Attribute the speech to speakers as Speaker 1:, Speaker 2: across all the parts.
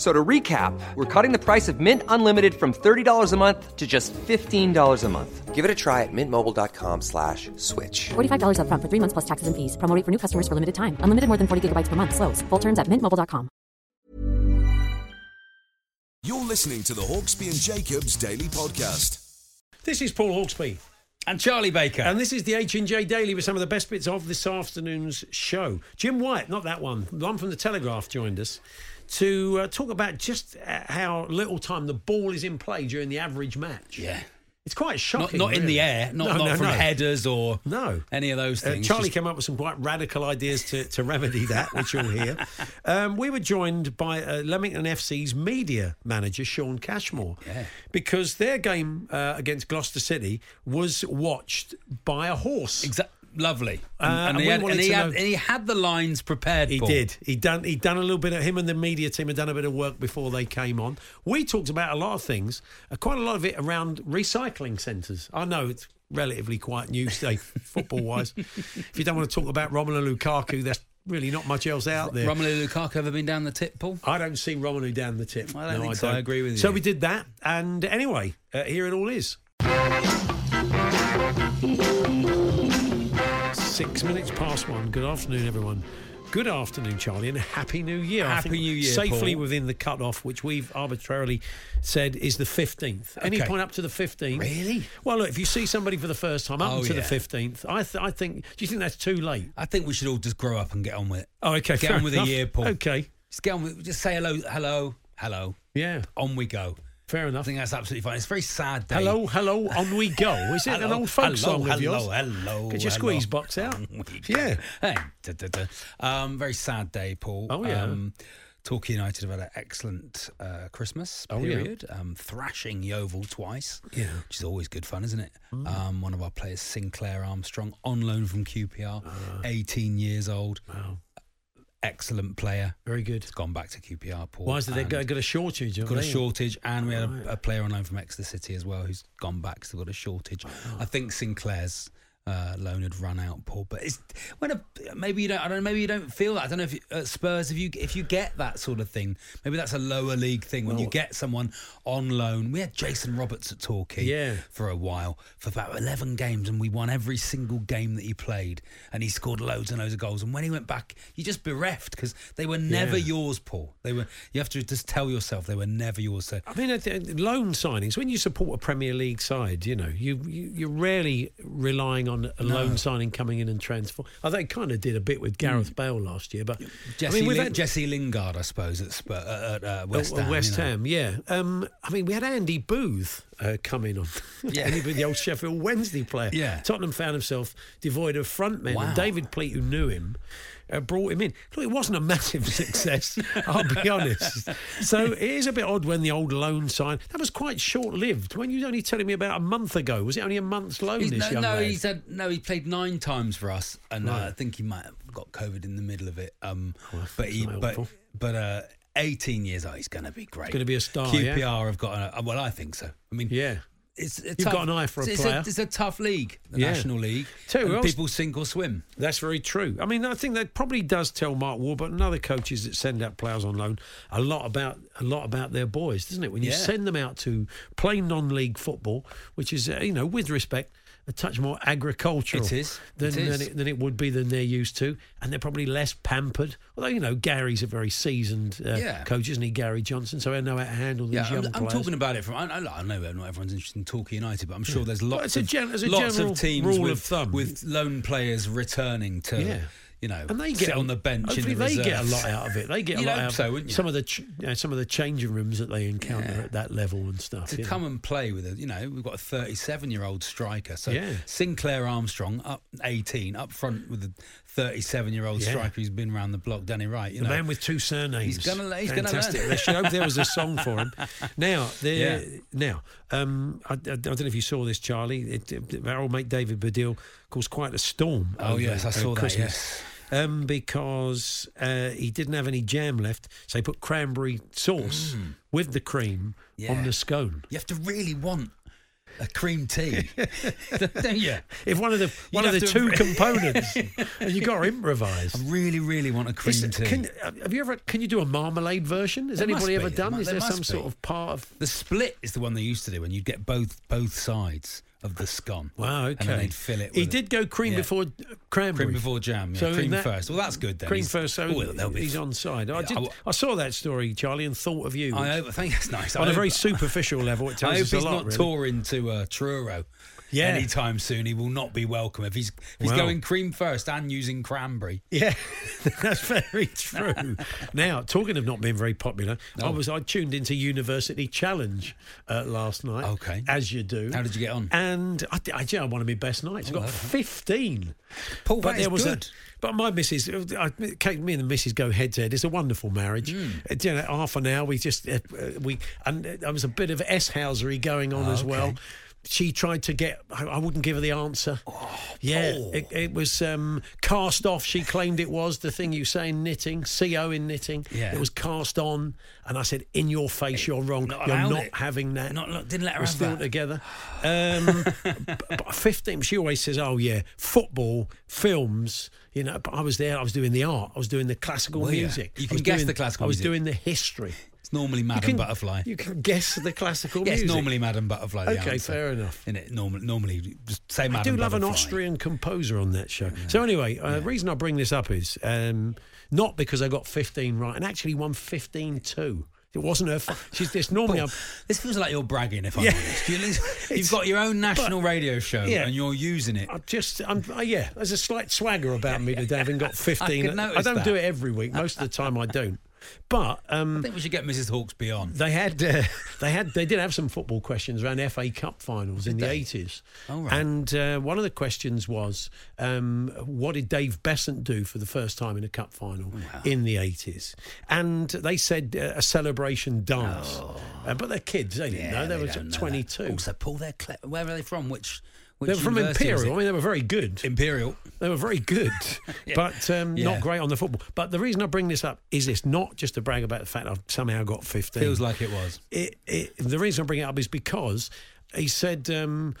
Speaker 1: So to recap, we're cutting the price of Mint Unlimited from $30 a month to just $15 a month. Give it a try at mintmobile.com slash switch.
Speaker 2: $45 up front for three months plus taxes and fees. Promo rate for new customers for limited time. Unlimited more than 40 gigabytes per month. Slows. Full terms at mintmobile.com.
Speaker 3: You're listening to the Hawksby and Jacobs Daily Podcast.
Speaker 4: This is Paul Hawksby,
Speaker 5: And Charlie Baker.
Speaker 4: and this is the H&J Daily with some of the best bits of this afternoon's show. Jim White, not that one, the one from The Telegraph joined us to uh, talk about just uh, how little time the ball is in play during the average match.
Speaker 5: yeah.
Speaker 4: It's quite
Speaker 5: Not,
Speaker 4: shocking.
Speaker 5: not in
Speaker 4: really.
Speaker 5: the air, not,
Speaker 4: No,
Speaker 5: not
Speaker 4: no,
Speaker 5: from
Speaker 4: no.
Speaker 5: headers or
Speaker 4: No.
Speaker 5: any of those
Speaker 4: Uh,
Speaker 5: things.
Speaker 4: Charlie
Speaker 5: Just-
Speaker 4: came up with some quite radical ideas to, to remedy that, which you'll hear. Um, we were joined by uh, Leamington FC's media manager, Sean Cashmore, because their game uh, against Gloucester City was watched by a horse.
Speaker 5: Exa- lovely. And,
Speaker 4: Uh,
Speaker 5: and
Speaker 4: and
Speaker 5: he
Speaker 4: we
Speaker 5: had,
Speaker 4: wanted
Speaker 5: and he
Speaker 4: to
Speaker 5: had,
Speaker 4: know-
Speaker 5: and he had the lines prepared
Speaker 4: He
Speaker 5: Paul.
Speaker 4: did. He done. He done a little bit. Of, him and the media team had done a bit of work before they came on. We talked about a lot of things. Uh, quite a lot of it around recycling centres. I know it's relatively quite new today, football wise. If you don't want to talk about Romelu Lukaku, there's really not much else out there.
Speaker 5: Romelu Lukaku ever been down the tip, Paul?
Speaker 4: I don't see Romelu down the tip.
Speaker 5: I don't think so. I agree with
Speaker 4: So
Speaker 5: you.
Speaker 4: we did that, and anyway, uh, here it all is. Six minutes past one. Good afternoon, everyone. Good afternoon, Charlie, and happy New Year. I
Speaker 5: Happy
Speaker 4: think
Speaker 5: New Year,
Speaker 4: Safely
Speaker 5: Paul.
Speaker 4: within the cut-off, which we've arbitrarily said is the fifteenth. Any
Speaker 5: Okay.
Speaker 4: point up to the fifteenth?
Speaker 5: Really?
Speaker 4: Well, look, if you see somebody for the first time up
Speaker 5: Oh,
Speaker 4: to the
Speaker 5: yeah.
Speaker 4: fifteenth, I, th- I think. Do you think that's too late?
Speaker 5: I think we should all just grow up and get on with it.
Speaker 4: Oh, okay.
Speaker 5: Get
Speaker 4: fair
Speaker 5: on with the
Speaker 4: enough.
Speaker 5: year, Paul.
Speaker 4: Okay.
Speaker 5: Just get on with Just say hello, hello, hello.
Speaker 4: Yeah.
Speaker 5: On we go.
Speaker 4: Fair
Speaker 5: I
Speaker 4: enough.
Speaker 5: think that's absolutely fine. It's a very sad day.
Speaker 4: Hello, hello, on we go. Is it an
Speaker 5: Hello,
Speaker 4: old folk
Speaker 5: hello,
Speaker 4: song
Speaker 5: hello,
Speaker 4: of yours?
Speaker 5: Hello,
Speaker 4: Get your
Speaker 5: hello.
Speaker 4: squeeze box out.
Speaker 5: On we go.
Speaker 4: Yeah.
Speaker 5: Hey, da, da, da. Um, very sad day, Paul. Um,
Speaker 4: Oh, yeah.
Speaker 5: Torquay United have had an excellent uh, Christmas
Speaker 4: Oh, yeah.
Speaker 5: period, um, thrashing Yeovil twice,
Speaker 4: Yeah. Mm.
Speaker 5: which is always good fun, isn't it? Um, one of our players, Sinclair Armstrong, on loan from QPR, 18 years old,
Speaker 4: Ah. Wow,
Speaker 5: excellent player.
Speaker 4: very good.
Speaker 5: It's gone back to QPR, Paul.
Speaker 4: Why is it they
Speaker 5: and
Speaker 4: got, got a shortage? haven't
Speaker 5: Got a
Speaker 4: they?
Speaker 5: shortage, and we had a, a player on loan from Exeter City as well who's gone back, so got a shortage.
Speaker 4: Oh.
Speaker 5: I think Sinclair's uh, loan had run out, Paul. But it's when a, maybe you don't. I don't. Maybe you don't feel that. I don't know if you, at Spurs if you if you get that sort of thing. Maybe that's a lower league thing when you get someone on loan. We had Jason Roberts at Torquay
Speaker 4: Yeah.
Speaker 5: for a while for about eleven games, and we won every single game that he played, and he scored loads and loads of goals. And when he went back, you just bereft because they were never
Speaker 4: Yeah.
Speaker 5: yours, Paul. They were. You have to just tell yourself they were never yours. So
Speaker 4: I mean, uh, th- loan signings. When you support a Premier League side, you know you, you you're rarely relying on a loan signing coming in and transform. Oh, they kind of did a bit with Gareth Bale last year, but
Speaker 5: Mm. Jesse,
Speaker 4: I mean, we've
Speaker 5: Lin-
Speaker 4: had-
Speaker 5: Jesse Lingard, I suppose, at, Spur, uh, at uh, West
Speaker 4: Oh, well,
Speaker 5: Ham.
Speaker 4: West
Speaker 5: you know.
Speaker 4: Ham, yeah. Um, I mean, we had Andy Booth uh, come in on
Speaker 5: Yeah.
Speaker 4: anybody the old Sheffield Wednesday player.
Speaker 5: Yeah.
Speaker 4: Tottenham found himself devoid of front men,
Speaker 5: Wow.
Speaker 4: and David Pleat, who knew him, uh, brought him in. Look, it wasn't a massive success, I'll be honest. So it is a bit odd when the old loan sign that was quite short lived. When you were only telling me about a month ago, was it only a month's loan?
Speaker 5: He's-
Speaker 4: this
Speaker 5: no,
Speaker 4: young
Speaker 5: no,
Speaker 4: lad?
Speaker 5: he said no. He played nine times for us, and uh,
Speaker 4: Right. Oh,
Speaker 5: I think he might have got COVID in the middle of it. Um,
Speaker 4: that's
Speaker 5: but he,
Speaker 4: not
Speaker 5: but
Speaker 4: helpful.
Speaker 5: but uh, eighteen years old, he's going to be great.
Speaker 4: gonna be a star,
Speaker 5: QPR
Speaker 4: yeah?
Speaker 5: have got. A, uh, well, I think so. I mean,
Speaker 4: yeah.
Speaker 5: It's a
Speaker 4: You've got an eye for a
Speaker 5: it's
Speaker 4: player.
Speaker 5: it's a tough league, the
Speaker 4: Yeah.
Speaker 5: National League.
Speaker 4: Tell you
Speaker 5: and
Speaker 4: what else-
Speaker 5: people sink or swim.
Speaker 4: That's very true. I mean, I think that probably does tell Mark Warburton and other coaches that send out players on loan a lot about a lot about their boys, doesn't it? When you
Speaker 5: Yeah.
Speaker 4: send them out to play non-league football, which is uh, you know, with respect, a touch more agricultural
Speaker 5: It is.
Speaker 4: than
Speaker 5: It is.
Speaker 4: Than, it, than it would be than they're used to, and they're probably less pampered. Although you know, Gary's a very seasoned uh,
Speaker 5: Yeah.
Speaker 4: coach, isn't he, Gary Johnson? So I know how to handle these
Speaker 5: Yeah,
Speaker 4: young
Speaker 5: I'm, I'm
Speaker 4: players.
Speaker 5: talking about it from. I, I know not everyone's interested in talking Talk United, but I'm sure there's lots
Speaker 4: it's a
Speaker 5: of
Speaker 4: gen- as a
Speaker 5: lots
Speaker 4: general
Speaker 5: of teams
Speaker 4: rule
Speaker 5: with,
Speaker 4: of thumb.
Speaker 5: with lone players returning to
Speaker 4: Yeah.
Speaker 5: you know
Speaker 4: And they
Speaker 5: sit
Speaker 4: get
Speaker 5: on the bench. In
Speaker 4: Hopefully,
Speaker 5: the
Speaker 4: they get a
Speaker 5: reserves.
Speaker 4: lot out of it. They get
Speaker 5: You'd
Speaker 4: a lot
Speaker 5: hope
Speaker 4: out of
Speaker 5: so, wouldn't you?
Speaker 4: some of the ch- you know, some of the changing rooms that they encounter
Speaker 5: Yeah.
Speaker 4: at that level and stuff.
Speaker 5: to
Speaker 4: you know.
Speaker 5: come and play with a you know we've got a 37 year old striker so
Speaker 4: Yeah.
Speaker 5: sinclair armstrong up 18 up front with a 37 year old
Speaker 4: Yeah.
Speaker 5: striker who's been around the block danny wright you
Speaker 4: The
Speaker 5: know
Speaker 4: man with two surnames.
Speaker 5: He's gonna le- he's gonna
Speaker 4: Fantastic.
Speaker 5: learn.
Speaker 4: They should hope there was a song for him. Now, the,
Speaker 5: Yeah.
Speaker 4: now, um, I, I don't know if you saw this, Charlie. It, it- our old mate David Baddiel caused quite a storm.
Speaker 5: oh
Speaker 4: over-
Speaker 5: yes i
Speaker 4: over
Speaker 5: saw that
Speaker 4: Christmas.
Speaker 5: yes
Speaker 4: Um, because uh, he didn't have any jam left, so he put cranberry sauce with the cream on
Speaker 5: Mm. Yeah.
Speaker 4: the scone.
Speaker 5: you have to really want a cream tea don't you
Speaker 4: If one of the one of
Speaker 5: have
Speaker 4: the
Speaker 5: to-
Speaker 4: two components, and you got to improvise.
Speaker 5: i really really want a cream
Speaker 4: Is-
Speaker 5: tea
Speaker 4: can, have you ever? Can you do a marmalade version? Has
Speaker 5: There must
Speaker 4: anybody
Speaker 5: be.
Speaker 4: ever
Speaker 5: There
Speaker 4: done?
Speaker 5: mu-
Speaker 4: Is
Speaker 5: there
Speaker 4: there
Speaker 5: must
Speaker 4: some sort
Speaker 5: be.
Speaker 4: of part of
Speaker 5: the split is the one they used to do when you'd get both both sides of the scone
Speaker 4: Wow, okay.
Speaker 5: and then they'd fill it
Speaker 4: He
Speaker 5: with-
Speaker 4: did go cream
Speaker 5: Yeah.
Speaker 4: before cranberry.
Speaker 5: cream before jam yeah.
Speaker 4: So in
Speaker 5: cream
Speaker 4: that-
Speaker 5: first well that's good then
Speaker 4: Cream
Speaker 5: He's-
Speaker 4: first, so
Speaker 5: oh, they'll be
Speaker 4: he's on side. I,
Speaker 5: Yeah,
Speaker 4: did,
Speaker 5: I w-
Speaker 4: I saw that story, Charlie, and thought of you.
Speaker 5: I hope, I think that's nice. I
Speaker 4: on a
Speaker 5: hope-
Speaker 4: very superficial level, it
Speaker 5: I
Speaker 4: tells
Speaker 5: hope
Speaker 4: us
Speaker 5: he's
Speaker 4: a lot.
Speaker 5: not
Speaker 4: really.
Speaker 5: touring to uh, Truro
Speaker 4: Yeah.
Speaker 5: anytime soon. He will not be welcome if he's if he's
Speaker 4: Wow.
Speaker 5: going cream first and using cranberry.
Speaker 4: Yeah, that's very true. now, talking of not being very popular,
Speaker 5: Oh.
Speaker 4: I was I tuned into University Challenge uh, last night.
Speaker 5: Okay.
Speaker 4: as you do.
Speaker 5: How did you get on? Oh,
Speaker 4: And I, I, yeah, one of my best nights. I got fifteen.
Speaker 5: Paul, that is
Speaker 4: was
Speaker 5: good.
Speaker 4: A, but my missus, uh, I, Kate, me and the missus go head to head. It's a wonderful marriage.
Speaker 5: Hmm.
Speaker 4: Uh, do You know, half an hour we just uh, uh, we and uh, there was a bit of S housery going on as well. She tried to get. I, I wouldn't give her the answer. yeah,
Speaker 5: Oh.
Speaker 4: it, it was um, cast off. She claimed it was the thing you say in knitting, co in knitting.
Speaker 5: Yeah.
Speaker 4: it was cast on, and I said, "In your face, you're wrong.
Speaker 5: Not
Speaker 4: you're
Speaker 5: allowed
Speaker 4: not
Speaker 5: it.
Speaker 4: having that."
Speaker 5: Not- not- didn't let her
Speaker 4: We're
Speaker 5: have
Speaker 4: still
Speaker 5: that.
Speaker 4: together. Um, b- but 15, she always says, oh, yeah, football, films, you know, but I was there, I was doing the art, I was doing the classical
Speaker 5: Well, yeah.
Speaker 4: music.
Speaker 5: You
Speaker 4: I
Speaker 5: can
Speaker 4: was
Speaker 5: guess
Speaker 4: doing-
Speaker 5: the classical
Speaker 4: I was
Speaker 5: music.
Speaker 4: doing the history.
Speaker 5: It's normally Madam Butterfly.
Speaker 4: You can guess the classical
Speaker 5: yeah, it's
Speaker 4: music.
Speaker 5: normally Madam Butterfly. the
Speaker 4: Okay,
Speaker 5: answer.
Speaker 4: fair enough.
Speaker 5: In it, normally, normally just say Madam
Speaker 4: I do love an
Speaker 5: Butterfly.
Speaker 4: Austrian composer on that show. So anyway, uh, the reason I bring this up is um, not because I got 15 right, and actually won 15 too. It wasn't her. Fa- she's this normally.
Speaker 5: Paul,
Speaker 4: I'm-
Speaker 5: this feels like you're bragging. If I'm honest, you, you've got your own national radio show
Speaker 4: yeah.
Speaker 5: and you're using it.
Speaker 4: I just, I'm, uh, yeah, there's a slight swagger about me today, having got 15.
Speaker 5: I can notice
Speaker 4: don't
Speaker 5: that.
Speaker 4: do it every week. Most of the time, I don't. But
Speaker 5: I
Speaker 4: um,
Speaker 5: think we should get Mrs. Hawksby on.
Speaker 4: they had, uh, they had, they did have some football questions around FA Cup finals in the
Speaker 5: they?
Speaker 4: 80s.
Speaker 5: Oh, right.
Speaker 4: And uh, one of the questions was, um, what did Dave Besant do for the first time in a cup final in the 80s? And they said uh, a celebration dance. Uh, but they're kids, they didn't know. They,
Speaker 5: Oh. they
Speaker 4: were
Speaker 5: don't know that.
Speaker 4: 22.
Speaker 5: Also, Paul, they're cle- where are they from? Which, which
Speaker 4: they were from
Speaker 5: university was
Speaker 4: Imperial. I
Speaker 5: it?
Speaker 4: mean, they were very good.
Speaker 5: Imperial.
Speaker 4: They were very good, but um,
Speaker 5: Yeah.
Speaker 4: not great on the football. But the reason I bring this up is it's not just to brag about the fact I've somehow got 15.
Speaker 5: Feels like it was.
Speaker 4: it, it, the reason I bring it up is because he said um,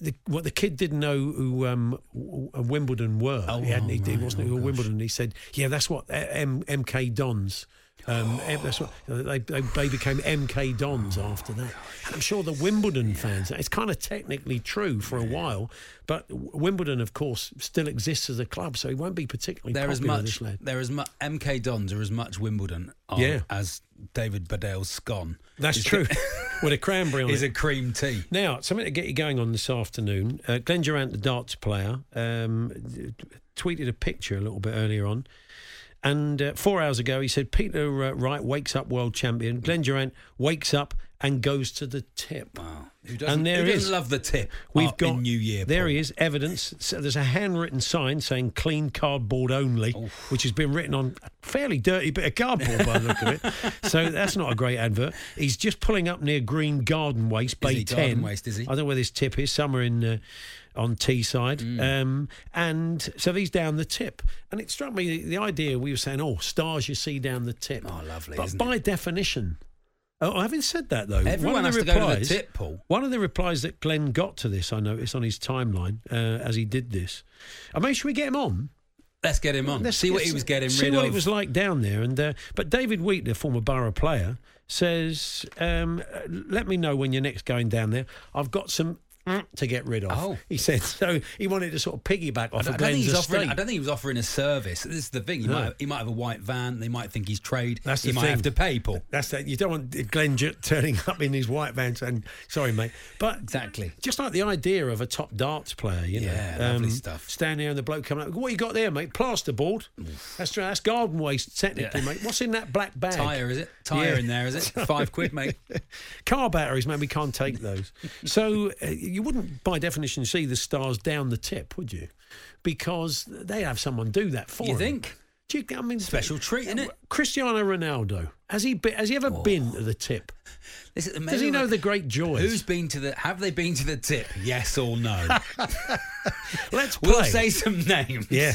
Speaker 4: the, what the kid didn't know who um, w- w- Wimbledon were. Oh, he, hadn't, he, he wasn't who Wimbledon. He said, "Yeah, that's what uh, M- MK Dons." Um, eh, that's what they, they, they became MK
Speaker 5: Oh,
Speaker 4: Dons after that. And I'm sure the Wimbledon fans. It's kind of technically true for a while, but W- Wimbledon, of course, still exists as a club, so he won't be particularly
Speaker 5: They're as
Speaker 4: popular.
Speaker 5: much
Speaker 4: This lad.
Speaker 5: they're as much MK Dons are as much Wimbledon are
Speaker 4: Yeah.
Speaker 5: as David Badale's scone.
Speaker 4: That's
Speaker 5: is
Speaker 4: true.
Speaker 5: the-
Speaker 4: With a cranberry on it.
Speaker 5: is a cream tea.
Speaker 4: Now, something to get you going on this afternoon. Uh, Glenn Durant, the darts player, um, d- d- tweeted a picture a little bit earlier on. And uh, four hours ago, he said Peter uh, Wright wakes up world champion. Glenn Durant wakes up and goes to the tip.
Speaker 5: Wow. Who doesn't,
Speaker 4: there
Speaker 5: who doesn't
Speaker 4: is-
Speaker 5: love the tip?
Speaker 4: We've
Speaker 5: up
Speaker 4: got
Speaker 5: in New Year.
Speaker 4: There
Speaker 5: Paul?
Speaker 4: he is, evidence. So there's a handwritten sign saying "clean cardboard only," which has been written on a fairly dirty bit of cardboard by the look of it. So that's not a great advert. He's just pulling up near Green Garden Waste, Bay
Speaker 5: he
Speaker 4: Ten.
Speaker 5: Garden Waste, is he?
Speaker 4: I don't know where this tip is. Somewhere in. Uh, on Teesside,
Speaker 5: Mm.
Speaker 4: um, and so he's down the tip, and it struck me the, the idea we were saying, oh, stars you see down the tip.
Speaker 5: Oh, lovely,
Speaker 4: But
Speaker 5: isn't
Speaker 4: by definition, oh, having said that though,
Speaker 5: Everyone
Speaker 4: one of
Speaker 5: has
Speaker 4: the
Speaker 5: to go to the
Speaker 4: replies-
Speaker 5: tip, Paul.
Speaker 4: one of the replies that Glenn got to this, I noticed on his timeline uh, as he did this. I mean, should we get him on?
Speaker 5: Let's get him on.
Speaker 4: Let's-
Speaker 5: see what
Speaker 4: let's
Speaker 5: he was getting
Speaker 4: see
Speaker 5: rid
Speaker 4: what
Speaker 5: of.
Speaker 4: it was like down there. And uh, but David Wheatley, former Borough player, says, um, uh, "Let me know when you're next going down there. I've got some to get rid of.
Speaker 5: Oh.
Speaker 4: He said so. He wanted to sort of piggyback
Speaker 5: I
Speaker 4: off of
Speaker 5: don't, I don't think
Speaker 4: Glenn's
Speaker 5: he's offering,
Speaker 4: estate.
Speaker 5: I don't think he was offering a service. This is the thing. He,
Speaker 4: No.
Speaker 5: might, have, he might have a white van. They might think he's trade.
Speaker 4: That's
Speaker 5: he
Speaker 4: the
Speaker 5: might
Speaker 4: thing.
Speaker 5: have to pay, Paul.
Speaker 4: That's that. You don't want Glenn J- turning up in his white van and sorry, mate. But
Speaker 5: Exactly.
Speaker 4: just like the idea of a top darts player, you know, um,
Speaker 5: Yeah, lovely stuff.
Speaker 4: Standing there and the bloke coming up. What you got there, mate? Plasterboard. That's true. That's garden waste technically,
Speaker 5: Yeah.
Speaker 4: mate. What's in that black bag?
Speaker 5: Tire, is it? Tire
Speaker 4: Yeah.
Speaker 5: in there, is it? Five quid, mate.
Speaker 4: Car batteries, man. We can't take those. so uh, you wouldn't, by definition, see the stars down the tip, would you? Because they have someone do that for
Speaker 5: You
Speaker 4: 'em.
Speaker 5: think?
Speaker 4: Do you, I mean,
Speaker 5: Special treat, innit?
Speaker 4: Cristiano Ronaldo has he been, has he
Speaker 5: Oh.
Speaker 4: ever been to the tip?
Speaker 5: This is
Speaker 4: Does
Speaker 5: amazing.
Speaker 4: he know the great joys?
Speaker 5: Who's been to the? Have they been to the tip? Yes or no?
Speaker 4: Let's play.
Speaker 5: we'll say some names.
Speaker 4: yeah,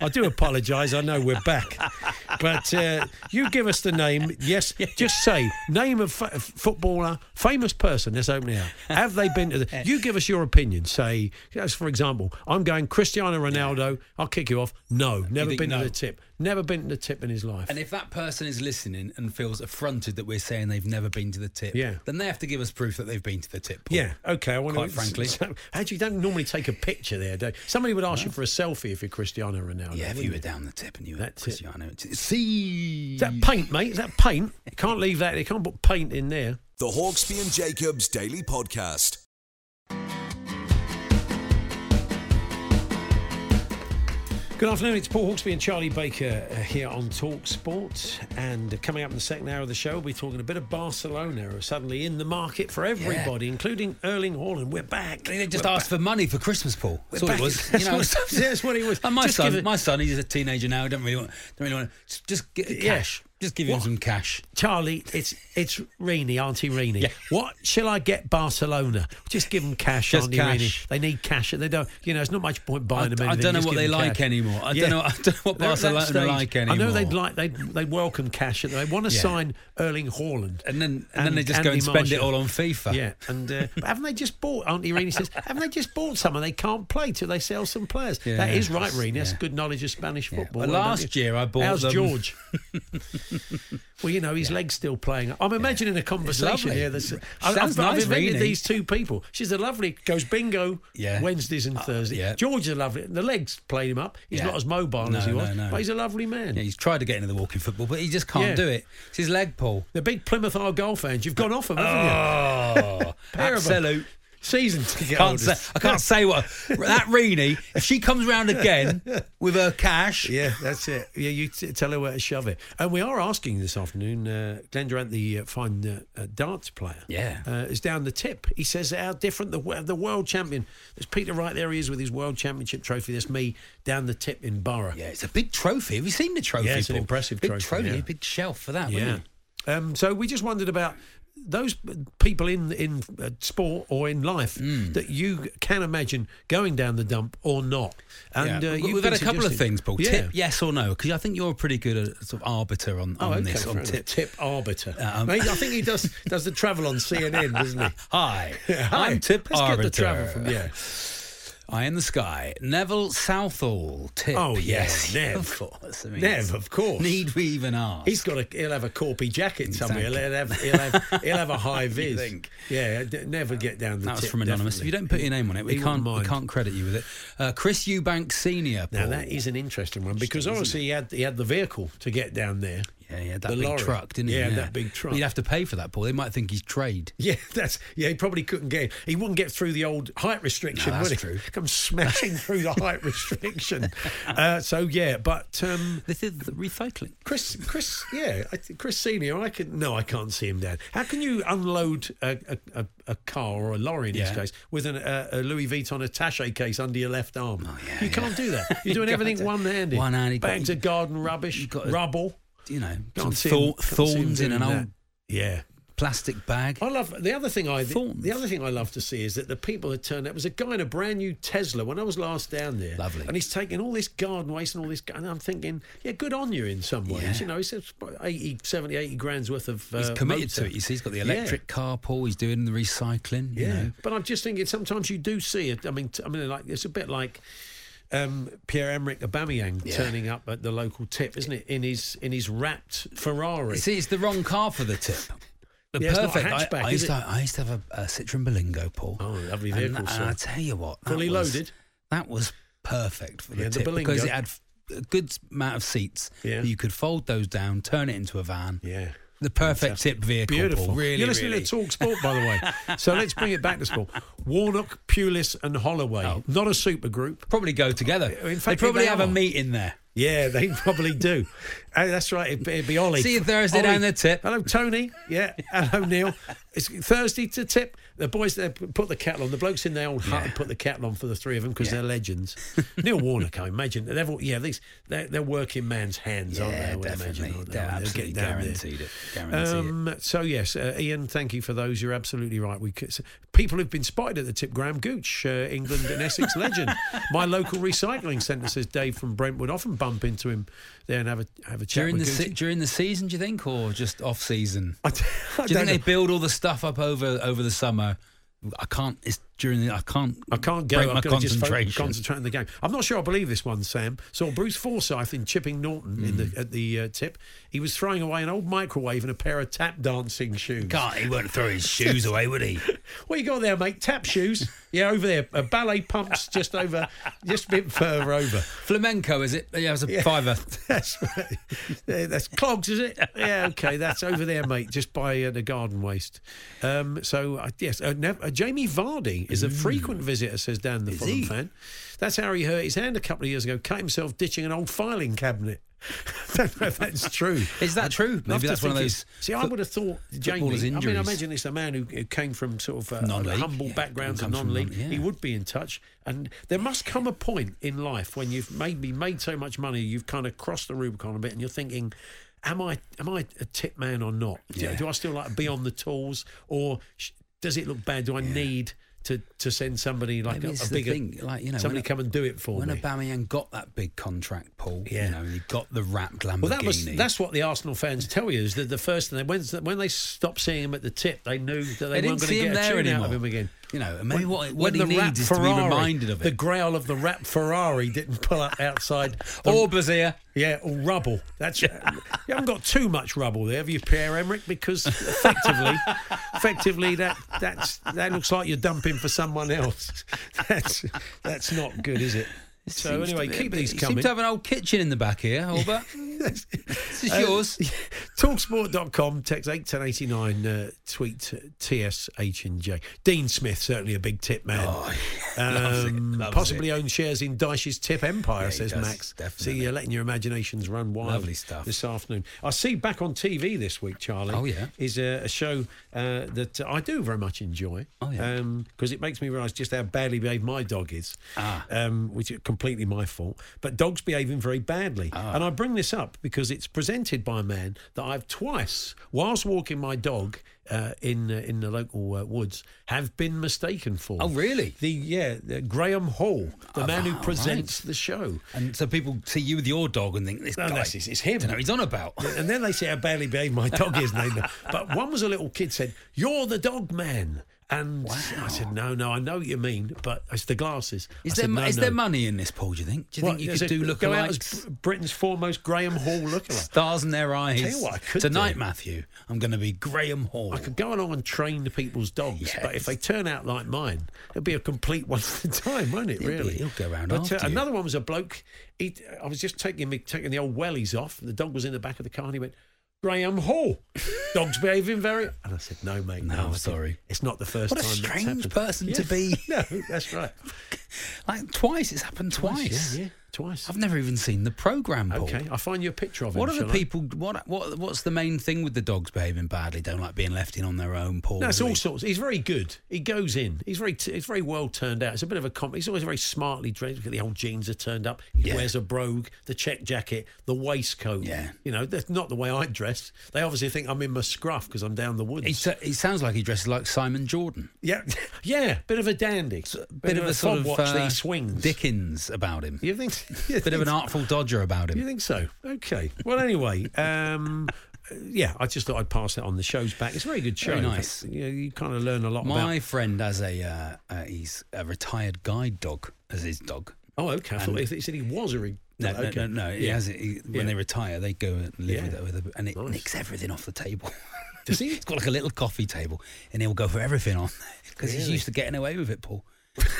Speaker 4: I do apologise. I know we're back, but uh, you give us the name. Yes, just say name of fa- footballer, famous person. Let's open it up. Have they been to the? You give us your opinion. Say, as for example, I'm going Cristiano Ronaldo. I'll kick you off. No, never
Speaker 5: think
Speaker 4: been
Speaker 5: no?
Speaker 4: to the tip. Never been to the tip in his life.
Speaker 5: And if that person is listening and feels affronted that we're saying they've never been to the tip,
Speaker 4: Yeah.
Speaker 5: then they have to give us proof that they've been to the tip. Paul.
Speaker 4: yeah, okay. I want
Speaker 5: Quite
Speaker 4: to,
Speaker 5: frankly.
Speaker 4: so, actually, you don't normally take a picture there. Do you? Somebody would ask you for a selfie if you're Cristiano Ronaldo.
Speaker 5: Yeah,
Speaker 4: wouldn't
Speaker 5: if you
Speaker 4: they?
Speaker 5: were down the tip and you were
Speaker 4: That's it.
Speaker 5: Cristiano. See.
Speaker 4: Is that paint, mate? Is that paint? You can't leave that. You can't put paint in there.
Speaker 3: The Hawksby and Jacobs Daily Podcast.
Speaker 4: Good afternoon. It's Paul Hawksby and Charlie Baker uh, here on Talk Sport. And uh, coming up in the second hour of the show, we'll be talking a bit of Barcelona, who are suddenly in the market for everybody, including Erling Haaland. We're back.
Speaker 5: They just
Speaker 4: We're
Speaker 5: asked for money for Christmas, Paul. That's all
Speaker 4: back.
Speaker 5: it was.
Speaker 4: That's what- that's what it was.
Speaker 5: And my
Speaker 4: Just give
Speaker 5: son,
Speaker 4: it-
Speaker 5: my son, he's a teenager now. Don't really want, don't really want. Just, just get
Speaker 4: Yeah.
Speaker 5: cash. Just give him
Speaker 4: What?
Speaker 5: some cash.
Speaker 4: Charlie, it's it's Reenie, Auntie Reenie.
Speaker 5: Yeah.
Speaker 4: What shall I get Barcelona? Just give them cash,
Speaker 5: Just
Speaker 4: Auntie
Speaker 5: cash.
Speaker 4: Reenie. They need cash. They don't. You know, it's not much point buying
Speaker 5: I-
Speaker 4: them.
Speaker 5: I
Speaker 4: Anything.
Speaker 5: don't know
Speaker 4: Just
Speaker 5: what
Speaker 4: give
Speaker 5: they
Speaker 4: 'em
Speaker 5: like
Speaker 4: cash.
Speaker 5: anymore. I don't know- I don't know what
Speaker 4: They're at that
Speaker 5: Barcelona like
Speaker 4: stage. I know they'd
Speaker 5: anymore.
Speaker 4: like they they welcome cash. and They want to
Speaker 5: Yeah.
Speaker 4: sign Erling Haaland,
Speaker 5: And then, and, then they just go
Speaker 4: Anthony
Speaker 5: and spend it
Speaker 4: Martial.
Speaker 5: all on FIFA.
Speaker 4: Yeah, and uh, but haven't they just bought? Auntie Reenie says, haven't they just bought someone they can't play till they sell some players?
Speaker 5: Yeah.
Speaker 4: That is right, Reenie. That's
Speaker 5: Yeah.
Speaker 4: good knowledge of Spanish
Speaker 5: Yeah.
Speaker 4: football.
Speaker 5: Well,
Speaker 4: Well done,
Speaker 5: last
Speaker 4: you.
Speaker 5: year I bought
Speaker 4: How's
Speaker 5: them-
Speaker 4: George? well, you know his leg's still playing. I'm imagining a conversation
Speaker 5: lovely.
Speaker 4: here. That's,
Speaker 5: Sounds
Speaker 4: I, I've, I've
Speaker 5: nice,
Speaker 4: invented
Speaker 5: Reenie.
Speaker 4: these two people. She's a lovely goes bingo
Speaker 5: Yeah. Uh,
Speaker 4: Wednesdays and Thursdays.
Speaker 5: yeah.
Speaker 4: George's a lovely. The legs played him up. He's
Speaker 5: Yeah.
Speaker 4: not as mobile as he
Speaker 5: No,
Speaker 4: was,
Speaker 5: no, no.
Speaker 4: but he's a lovely man.
Speaker 5: Yeah, he's tried to get into the walking football, but he just can't
Speaker 4: Yeah.
Speaker 5: do it. It's his leg, Paul.
Speaker 4: the big Plymouth Argyle fans, you've gone off them, haven't you?
Speaker 5: Oh,
Speaker 4: Pair of 'em.
Speaker 5: absolute.
Speaker 4: Season ticket
Speaker 5: Can't say,
Speaker 4: holders.
Speaker 5: I can't say what that Reenie. If she comes round again with her cash,
Speaker 4: Yeah, that's it. Yeah, you t- tell her where to shove it. And we are asking this afternoon, uh, Glenn Durant, the uh, fine uh, uh, darts player,
Speaker 5: Yeah.
Speaker 4: uh, is down the tip. He says how different the wo- the world champion. There's Peter right there. He is with his world championship trophy. There's me down the tip in Borough.
Speaker 5: Yeah, it's a big trophy. Have you seen the trophy?
Speaker 4: Yeah, it's an
Speaker 5: Paul?
Speaker 4: impressive
Speaker 5: big
Speaker 4: trophy, yeah.
Speaker 5: big shelf for that.
Speaker 4: yeah.
Speaker 5: Yeah,
Speaker 4: Um, so we just wondered about those people in in uh, sport or in life
Speaker 5: Hmm.
Speaker 4: that you can imagine going down the dump or not. And uh,
Speaker 5: we,
Speaker 4: you've
Speaker 5: have had a
Speaker 4: been
Speaker 5: couple of
Speaker 4: suggesting-
Speaker 5: things, Paul.
Speaker 4: Yeah.
Speaker 5: Tip, yes or no? Because I think you're a pretty good uh, sort of arbiter on,
Speaker 4: Oh,
Speaker 5: on
Speaker 4: okay.
Speaker 5: this.
Speaker 4: fair
Speaker 5: On
Speaker 4: enough.
Speaker 5: tip.
Speaker 4: tip arbiter.
Speaker 5: Um,
Speaker 4: Mate, I think he does does the travel on CNN, doesn't he?
Speaker 5: Hi,
Speaker 4: Hi,
Speaker 5: I'm Tip
Speaker 4: let's
Speaker 5: Arbiter.
Speaker 4: Get the travel from, yeah.
Speaker 5: Eye in the sky. Neville Southall. Tip.
Speaker 4: Oh, yeah,
Speaker 5: yes,
Speaker 4: Nev.
Speaker 5: of course. I mean,
Speaker 4: Nev, of course.
Speaker 5: Need we even ask?
Speaker 4: He's got a. He'll have a corpy jacket somewhere.
Speaker 5: Exactly.
Speaker 4: He'll have. He'll have. He'll have a high viz.
Speaker 5: think?
Speaker 4: Yeah, d- never get down the.
Speaker 5: that was
Speaker 4: tip,
Speaker 5: from anonymous.
Speaker 4: definitely.
Speaker 5: If you don't put your name on it, we
Speaker 4: He wouldn't
Speaker 5: can't we
Speaker 4: mind.
Speaker 5: can't credit you with it. Uh, Chris Eubank Senior.
Speaker 4: Now
Speaker 5: Paul.
Speaker 4: that is an interesting one because obviously he had he had the vehicle to get down there.
Speaker 5: yeah, yeah, that
Speaker 4: the
Speaker 5: big
Speaker 4: lorry.
Speaker 5: truck, didn't he?
Speaker 4: Yeah, that big truck.
Speaker 5: You'd have to pay for that, Paul. They might think he's trade.
Speaker 4: Yeah, that's yeah. He probably couldn't get. He wouldn't get through the old height restriction,
Speaker 5: No, that's
Speaker 4: would he?
Speaker 5: true.
Speaker 4: Come smashing through the height restriction. Uh, so yeah, but um,
Speaker 5: This is the recycling.
Speaker 4: Chris, Chris, yeah, I, think Chris Senior. I can no, I can't see him down. How can you unload a, a, a, a car or a lorry in
Speaker 5: Yeah.
Speaker 4: this case with an, uh, a Louis Vuitton attaché case under your left arm?
Speaker 5: Oh,
Speaker 4: you can't do that. You're doing
Speaker 5: You
Speaker 4: everything
Speaker 5: can't.
Speaker 4: one-handed.
Speaker 5: One-handed.
Speaker 4: Bags of garden rubbish,
Speaker 5: You've got to-
Speaker 4: rubble.
Speaker 5: you know, some
Speaker 4: Can't see
Speaker 5: thor-
Speaker 4: him- can't see him
Speaker 5: thorns in
Speaker 4: doing
Speaker 5: an
Speaker 4: that. Oh,
Speaker 5: old
Speaker 4: Yeah.
Speaker 5: plastic bag.
Speaker 4: I love the other thing I
Speaker 5: Thorns.
Speaker 4: the other thing I love to see is that the people had turned. It was a guy in a brand new Tesla when I was last down there.
Speaker 5: Lovely.
Speaker 4: and he's taking all this garden waste and all this. And I'm thinking, yeah, good on you in some ways.
Speaker 5: Yeah.
Speaker 4: You know, he says 80, 70, 80 grand's worth of. Uh,
Speaker 5: He's committed to
Speaker 4: motor.
Speaker 5: it. You see, he's got the
Speaker 4: Yeah.
Speaker 5: electric car, Paul. He's doing the recycling. You
Speaker 4: Yeah,
Speaker 5: know.
Speaker 4: but I'm just thinking sometimes you do see it. I mean, t- I mean, like it's a bit like. Um, Pierre Emerick Aubameyang
Speaker 5: Yeah.
Speaker 4: turning up at the local tip, isn't it? In his in his wrapped Ferrari.
Speaker 5: You see, it's the wrong car for the tip. The
Speaker 4: Yeah, it's not a
Speaker 5: perfect. I,
Speaker 4: hatchback,
Speaker 5: I
Speaker 4: is
Speaker 5: used to,
Speaker 4: it?
Speaker 5: I used to have a, a Citroen Berlingo, Paul.
Speaker 4: Oh, lovely
Speaker 5: and,
Speaker 4: vehicle,
Speaker 5: and
Speaker 4: sir.
Speaker 5: I tell you what, that
Speaker 4: Fully
Speaker 5: was-
Speaker 4: loaded?
Speaker 5: That was perfect for the
Speaker 4: Yeah, the
Speaker 5: tip because
Speaker 4: Berlingo.
Speaker 5: it had f- a good amount of seats.
Speaker 4: Yeah.
Speaker 5: you could fold those down, turn it into a van.
Speaker 4: Yeah.
Speaker 5: The perfect tip vehicle.
Speaker 4: Beautiful.
Speaker 5: Paul. Really,
Speaker 4: You're listening
Speaker 5: really.
Speaker 4: to Talk Sport, by the way. so let's bring it back to sport. Warnock, Pulis, and Holloway. Not a super group.
Speaker 5: probably go together.
Speaker 4: In fact,
Speaker 5: they probably
Speaker 4: they
Speaker 5: have
Speaker 4: are.
Speaker 5: a meeting there.
Speaker 4: Yeah, they probably do. Uh, that's right. It'd be, it'd be Ollie.
Speaker 5: See you Thursday
Speaker 4: Ollie.
Speaker 5: down the tip.
Speaker 4: Hello, Tony. Yeah. Hello, Neil. It's Thursday to tip. The boys there p- put the kettle on. The blokes in their old hut and put the kettle on for the three of them because they're legends. Neil Warnock, I imagine. They've all, yeah, these they're, they're working man's hands, aren't they? I would imagine,
Speaker 5: definitely.
Speaker 4: aren't they?
Speaker 5: They're
Speaker 4: They'll get
Speaker 5: absolutely
Speaker 4: down there.
Speaker 5: guaranteed it. Guaranteed it.
Speaker 4: Um, so yes, uh, Ian, thank you for those. You're absolutely right. We could, people who've been spotted at the tip. Graham Gooch, uh, England and Essex legend. My local recycling centre says Dave from Brentwood. Often bump into him there and have a have a chat
Speaker 5: During the
Speaker 4: with
Speaker 5: se-
Speaker 4: Gooch.
Speaker 5: during the season, do you think, or just off season?
Speaker 4: I d- I
Speaker 5: Do you
Speaker 4: don't
Speaker 5: think they
Speaker 4: know.
Speaker 5: build all the stuff up over over the summer? I can't. It's during the. I can't.
Speaker 4: I can't go.
Speaker 5: Break
Speaker 4: I've
Speaker 5: my
Speaker 4: got to just fo-
Speaker 5: concentration.
Speaker 4: concentrate on the game. I'm not sure I believe this one, Sam. Saw Bruce Forsyth in Chipping Norton in
Speaker 5: Hmm.
Speaker 4: the, at the uh, tip. He was throwing away an old microwave and a pair of tap dancing shoes.
Speaker 5: Can't. He won't throw his shoes away, would he?
Speaker 4: What you got there, mate? Tap shoes? Yeah, over there. Uh, ballet pumps just over, just a bit further over.
Speaker 5: Flamenco is it? Yeah, it was a fiver.
Speaker 4: That's right. Yeah, That's clogs, is it? Yeah, okay. That's over there, mate, just by uh, the garden waste. Um, so, uh, yes, uh, nev- uh, Jamie Vardy is a frequent visitor, says Dan, the Fulham
Speaker 5: he?
Speaker 4: fan. That's how he hurt his hand a couple of years ago, cut himself ditching an old filing cabinet. Don't know if that's true.
Speaker 5: Is that true?
Speaker 4: Love
Speaker 5: Maybe
Speaker 4: to
Speaker 5: that's one of
Speaker 4: think
Speaker 5: those.
Speaker 4: it's- See, I would have thought Jamie.
Speaker 5: footballers'
Speaker 4: I mean, I
Speaker 5: injuries.
Speaker 4: imagine it's a man who who came from sort of uh,
Speaker 5: Non-league,
Speaker 4: humble
Speaker 5: yeah,
Speaker 4: backgrounds and
Speaker 5: comes from
Speaker 4: non-league.
Speaker 5: non- yeah.
Speaker 4: He would be in touch, and there must come a point in life when you've maybe made so much money, you've kind of crossed the Rubicon a bit, and you're thinking. Am I am I a tip man or not? Do-
Speaker 5: Yeah.
Speaker 4: Do I still like to be on the tools, or sh- does it look bad? Do I need to, to send somebody like
Speaker 5: Maybe
Speaker 4: a,
Speaker 5: it's
Speaker 4: a
Speaker 5: the
Speaker 4: bigger
Speaker 5: thing, like, you know,
Speaker 4: somebody
Speaker 5: when a-
Speaker 4: come and do it for
Speaker 5: When
Speaker 4: me?
Speaker 5: Aubameyang got that big contract, Paul,
Speaker 4: Yeah.
Speaker 5: you know, and he got the wrapped Lamborghini.
Speaker 4: Well, that was that's what the Arsenal fans tell you is that the first thing they, when when they stopped seeing him at the tip, they knew that they,
Speaker 5: They
Speaker 4: weren't going
Speaker 5: didn't see
Speaker 4: to get
Speaker 5: him
Speaker 4: a
Speaker 5: there
Speaker 4: tune
Speaker 5: anymore.
Speaker 4: out of him again.
Speaker 5: You know, and maybe what,
Speaker 4: When
Speaker 5: what he
Speaker 4: the rap
Speaker 5: needs is to be
Speaker 4: Ferrari,
Speaker 5: reminded of
Speaker 4: The
Speaker 5: it.
Speaker 4: growl of the rap Ferrari didn't pull up outside. the-
Speaker 5: Orba's here.
Speaker 4: yeah, or rubble. That's you haven't got too much rubble there, have you, Pierre Emerick? Because effectively, effectively that that's that looks like you're dumping for someone else. That's that's not good, is it? So
Speaker 5: Seems to
Speaker 4: anyway,
Speaker 5: be a
Speaker 4: keep
Speaker 5: bit-
Speaker 4: these
Speaker 5: you
Speaker 4: coming.
Speaker 5: Seem to have an old kitchen in the back here, Albert. this is
Speaker 4: Uh,
Speaker 5: yours.
Speaker 4: Talksport.com, text 81089, uh, tweet uh, TSH and J. Dean Smith, certainly a big tip man.
Speaker 5: Oh, loves it,
Speaker 4: Um,
Speaker 5: loves
Speaker 4: possibly
Speaker 5: it.
Speaker 4: owns shares in Dyche's Tip Empire,
Speaker 5: Yeah, he
Speaker 4: says
Speaker 5: does,
Speaker 4: Max. See,
Speaker 5: definitely.
Speaker 4: you're letting your imaginations run wild.
Speaker 5: Lovely stuff.
Speaker 4: This afternoon. I see back on TV this week, Charlie.
Speaker 5: Oh, yeah.
Speaker 4: Is a, a show uh, that I do very much enjoy.
Speaker 5: Oh, yeah.
Speaker 4: Because it makes me realise just how badly behaved my dog is, ah. um, which is completely my fault. But dogs behaving very badly.
Speaker 5: Ah.
Speaker 4: And I bring this up because it's presented by a man that I've twice, whilst walking my dog uh, in, uh, in the local uh, woods, have been mistaken for.
Speaker 5: Oh, really? Ah,
Speaker 4: The Yeah, the Graham Hall, the man who
Speaker 5: right.
Speaker 4: presents the show.
Speaker 5: And so people see you with your dog and think, this
Speaker 4: No,
Speaker 5: guy,
Speaker 4: that's- it's- it's him.
Speaker 5: I don't know what he's on about.
Speaker 4: And then they say how badly behaved my dog is. and they- but one was a little kid said, "You're the dog man." And I said, "No, no, I know what you mean, but it's the glasses."
Speaker 5: Is,
Speaker 4: I
Speaker 5: there,
Speaker 4: said, "No,
Speaker 5: is
Speaker 4: no."
Speaker 5: there money in this, Paul, do you think? Do you
Speaker 4: What,
Speaker 5: think you
Speaker 4: is
Speaker 5: could do
Speaker 4: it- go out as
Speaker 5: lookalikes?
Speaker 4: Br- Britain's foremost Graham Hall lookalike.
Speaker 5: Stars in their eyes.
Speaker 4: Tell you what I could
Speaker 5: Tonight,
Speaker 4: do.
Speaker 5: Matthew, I'm going to be Graham Hall.
Speaker 4: I could go along and train the people's dogs, but if
Speaker 5: Yes.
Speaker 4: they turn out like mine, it'll be a complete waste of time, won't it?
Speaker 5: It'll be-
Speaker 4: Really,
Speaker 5: it'll go round
Speaker 4: But uh,
Speaker 5: after you.
Speaker 4: another one was a bloke. He, I was just taking me taking the old wellies off. The dog was in the back of the car, and he went. Graham Hall, dogs behaving very. And I said, "No, mate, no,
Speaker 5: No,
Speaker 4: I said,
Speaker 5: sorry."
Speaker 4: it's not the first
Speaker 5: What a
Speaker 4: time." that's
Speaker 5: strange
Speaker 4: happened."
Speaker 5: person to be.
Speaker 4: no, that's right.
Speaker 5: Like twice, it's happened twice.
Speaker 4: yeah, yeah, twice.
Speaker 5: I've never even seen the programme, Paul.
Speaker 4: okay, I will find you a picture of him.
Speaker 5: What are the
Speaker 4: shall I?
Speaker 5: people? What what what's the main thing with the dogs behaving badly? Don't like being left in on their own. Paul.
Speaker 4: No, it's
Speaker 5: do
Speaker 4: all
Speaker 5: they?
Speaker 4: sorts. He's very good. He goes in. He's very. T- he's very well turned out. It's a bit of a comp. He's always very smartly dressed. Look at the old jeans are turned up. He
Speaker 5: Yeah.
Speaker 4: wears a brogue, the check jacket, the waistcoat.
Speaker 5: Yeah.
Speaker 4: You know, that's not the way I dress. They obviously think I'm in my scruff because I'm down the woods.
Speaker 5: He, sa- he sounds like he dresses like Simon Jordan.
Speaker 4: yeah, yeah, bit of a dandy. bit,
Speaker 5: Bit, of a
Speaker 4: fob
Speaker 5: sort of
Speaker 4: watch
Speaker 5: uh,
Speaker 4: that he swings.
Speaker 5: Dickens about him.
Speaker 4: You think? You
Speaker 5: Bit of
Speaker 4: think-
Speaker 5: an artful dodger about
Speaker 4: You
Speaker 5: him.
Speaker 4: think so? Okay. Well, anyway, um, yeah, I just thought I'd pass that on. The show's back. It's a very good show.
Speaker 5: Very nice.
Speaker 4: Yeah, you kind of learn a lot
Speaker 5: My
Speaker 4: about.
Speaker 5: friend has a uh, uh, he's a retired guide dog as his dog.
Speaker 4: Oh, okay. I thought he said he was a. Re-
Speaker 5: No,
Speaker 4: Oh, okay.
Speaker 5: no, no, no. He has it, he, when
Speaker 4: Yeah.
Speaker 5: they retire, they go and live
Speaker 4: Yeah.
Speaker 5: with it, with it, and it
Speaker 4: Nice.
Speaker 5: nicks everything off the table.
Speaker 4: Does he?
Speaker 5: He's got like a little coffee table, and he'll go for everything on because he's
Speaker 4: Really?
Speaker 5: used to getting away with it, Paul.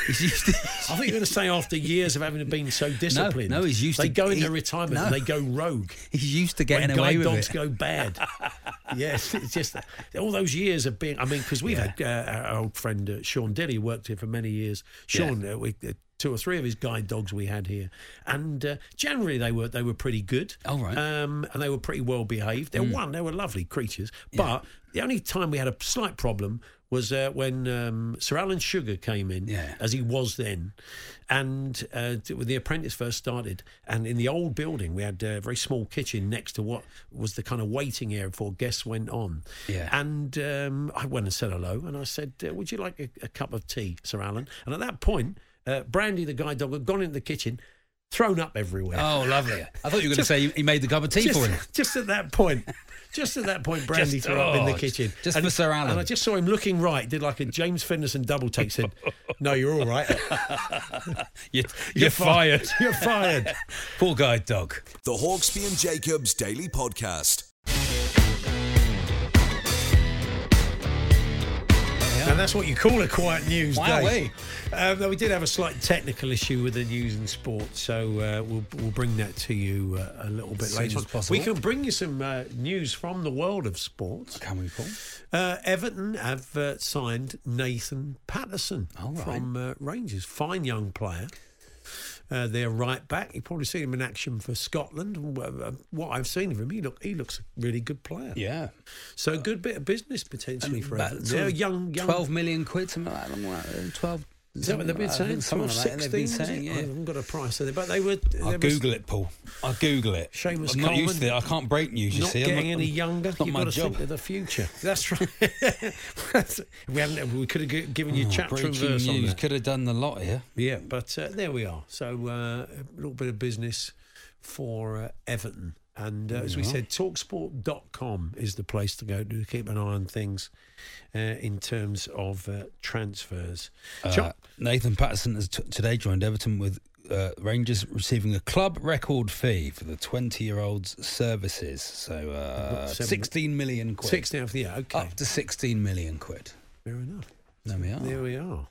Speaker 5: He's used to.
Speaker 4: I think you're going to say after years of having been so disciplined.
Speaker 5: no, he's used
Speaker 4: they
Speaker 5: to-
Speaker 4: go into
Speaker 5: he-
Speaker 4: retirement
Speaker 5: no.
Speaker 4: and they go rogue.
Speaker 5: He's used to
Speaker 4: When
Speaker 5: getting
Speaker 4: guide
Speaker 5: away with
Speaker 4: dogs
Speaker 5: it.
Speaker 4: go bad. yes, it's just that- all those years of being. I mean, because we've had uh, our old friend uh, Sean Dilly worked here for many years. Sean, uh, we, uh, two or three of his guide dogs we had here, and uh, generally they were they were pretty good.
Speaker 5: Oh, right. Hmm.
Speaker 4: um, and they were pretty well behaved. They were one, they were lovely creatures. But the only time we had a slight problem. Was uh, when um, Sir Alan Sugar came in,
Speaker 5: Yeah.
Speaker 4: as he was then, and uh, d- when The Apprentice first started, and in the old building we had a very small kitchen next to what was the kind of waiting area before guests went on.
Speaker 5: Yeah.
Speaker 4: And um, I went and said hello, and I said, uh, "Would you like a, a cup of tea, Sir Alan?" And at that point, uh, Brandy, the guide dog, had gone into the kitchen, thrown up everywhere.
Speaker 5: Oh, lovely! I thought you were going to
Speaker 4: Just-
Speaker 5: say he made the cup of tea
Speaker 4: Just,
Speaker 5: for him.
Speaker 4: just at that point, just at that point, Brandy
Speaker 5: Just-
Speaker 4: threw up in
Speaker 5: oh,
Speaker 4: the kitchen.
Speaker 5: just
Speaker 4: and,
Speaker 5: for Sir Alan.
Speaker 4: And I just saw him looking right, did like a James Finderson double take, said, No, you're all right.
Speaker 5: You're, you're fired.
Speaker 4: you're fired.
Speaker 5: Poor guide dog.
Speaker 3: The Hawksby and Jacobs Daily Podcast.
Speaker 4: And that's what you call a quiet news
Speaker 5: Wow,
Speaker 4: day. Um, though we did have a slight technical issue with the news and sports, so uh, we'll, we'll bring that to you uh, a little bit
Speaker 5: As soon
Speaker 4: later
Speaker 5: as
Speaker 4: on.
Speaker 5: possible.
Speaker 4: We can bring you some uh, news from the world of sports.
Speaker 5: Can we, Paul?
Speaker 4: Uh, Everton have uh, signed Nathan Patterson
Speaker 5: All right.
Speaker 4: from uh, Rangers. Fine young player. Uh, their right back. You've probably seen him in action for Scotland. Wh- What I've seen of him, he look he looks a really good player.
Speaker 5: Yeah.
Speaker 4: So good bit of business potentially for
Speaker 5: About
Speaker 4: Everton.
Speaker 5: sort
Speaker 4: They're
Speaker 5: of
Speaker 4: young, young
Speaker 5: 12 million quid, something like that. something like that, 12.
Speaker 4: Is that what they've been saying?
Speaker 5: Something like that.
Speaker 4: 16,
Speaker 5: They've been
Speaker 4: is it?
Speaker 5: saying,
Speaker 4: I
Speaker 5: yeah.
Speaker 4: haven't got a price of it, but they were.
Speaker 5: eh? I'll
Speaker 4: they
Speaker 5: Google it, Paul. I'll Google it.
Speaker 4: Seamus
Speaker 5: I'm not used to
Speaker 4: Coleman.
Speaker 5: it. I can't break news,
Speaker 4: Were
Speaker 5: you
Speaker 4: not
Speaker 5: see. I'm
Speaker 4: getting
Speaker 5: not-
Speaker 4: any
Speaker 5: I'm-
Speaker 4: younger.
Speaker 5: it's Not
Speaker 4: You've
Speaker 5: my
Speaker 4: got to
Speaker 5: job.
Speaker 4: think of the future. That's right. we haven't. We could have gi- given you
Speaker 5: Oh,
Speaker 4: chapter and
Speaker 5: breaking
Speaker 4: verse on
Speaker 5: news.
Speaker 4: that.
Speaker 5: Could have done the lot here.
Speaker 4: Yeah, but uh, there we are. So uh, a little bit of business for uh, Everton. And uh, as we said, talksport.com is the place to go to keep an eye on things uh, in terms of uh, transfers.
Speaker 5: Uh,
Speaker 4: Chop-
Speaker 5: Nathan Patterson has t- today joined Everton with uh, Rangers receiving a club record fee for the 20 year old's services. So uh,
Speaker 4: Seven-
Speaker 5: 16 million quid.
Speaker 4: 16th of the year. Okay.
Speaker 5: Up to 16 million quid.
Speaker 4: Fair enough.
Speaker 5: There we
Speaker 4: There
Speaker 5: are.
Speaker 4: we are.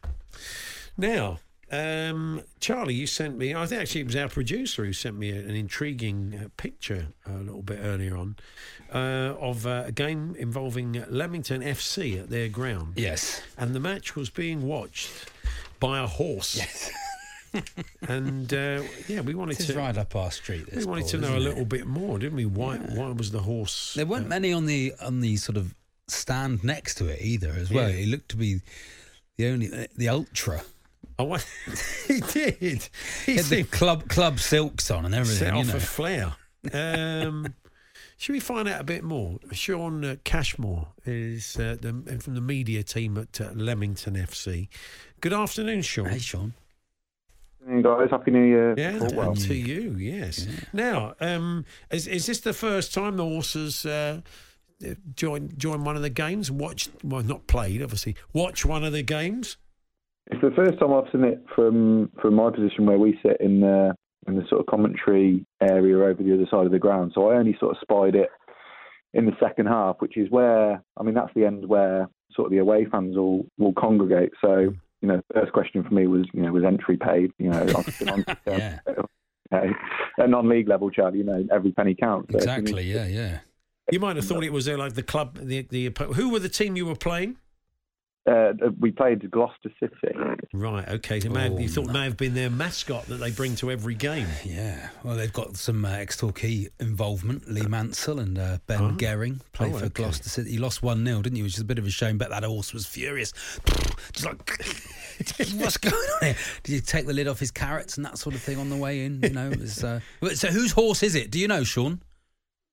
Speaker 4: Now, um, Charlie, you sent me. I think actually it was our producer who sent me a- an intriguing uh, picture a little bit earlier on uh, of uh, a game involving Leamington FC at their ground,
Speaker 5: Yes.
Speaker 4: and the match was being watched by a horse. Yes. and uh, yeah, we wanted
Speaker 5: This is
Speaker 4: to.
Speaker 5: right up our street.
Speaker 4: We
Speaker 5: this,
Speaker 4: wanted
Speaker 5: Paul,
Speaker 4: to know
Speaker 5: isn't
Speaker 4: a
Speaker 5: it?
Speaker 4: little bit more, didn't we? Why? Why was the horse?
Speaker 5: There weren't many on the on the sort of stand next to it either, as well.
Speaker 4: Yeah.
Speaker 5: It looked to be the only the ultra.
Speaker 4: I wa- he did. He
Speaker 5: He had the
Speaker 4: seemed-
Speaker 5: club club silks on and everything.
Speaker 4: set
Speaker 5: You
Speaker 4: off
Speaker 5: know.
Speaker 4: a flare. Um, should we find out a bit more? Sean uh, Cashmore is uh, the, from the media team at uh, Leamington FC. Good afternoon, Sean.
Speaker 5: Hey, Sean.
Speaker 6: afternoon, guys. Happy New Year.
Speaker 4: yeah,
Speaker 6: Oh, well.
Speaker 4: and to you, yes. Now, um, is, is this the first time the horses uh, join join one of the games? Watched, well, not played, obviously. Watch one of the games.
Speaker 6: It's the first time I've seen it from from my position where we sit in the in the sort of commentary area over the other side of the ground. So I only sort of spied it in the second half, which is where I mean that's the end where sort of the away fans all will congregate. So you know, first question for me was you know was entry paid? You know, I've been on,
Speaker 5: Yeah.
Speaker 6: you know, at non-league level, Chad. You know, every penny counts. So if you need
Speaker 5: Exactly. Yeah. Yeah.
Speaker 4: You might have thought it was uh, like the club, the, the oppo- who were the team you were playing?
Speaker 6: uh, we played Gloucester City.
Speaker 4: Right, okay. So it may have-
Speaker 5: Oh,
Speaker 4: you thought it
Speaker 5: no.
Speaker 4: may have been their mascot that they bring to every game.
Speaker 5: Yeah. Well, they've got some uh, ex-Torquay involvement. Lee Mansell and uh, Ben
Speaker 4: Oh.
Speaker 5: Gehring played
Speaker 4: Oh,
Speaker 5: for
Speaker 4: okay.
Speaker 5: Gloucester City. You lost one 0 didn't you? Which is a bit of a shame. But that horse was furious. Just like. What's going on here? Did you take the lid off his carrots and that sort of thing on the way in? You know, it was, uh, but- so whose horse is it? Do you know, Sean?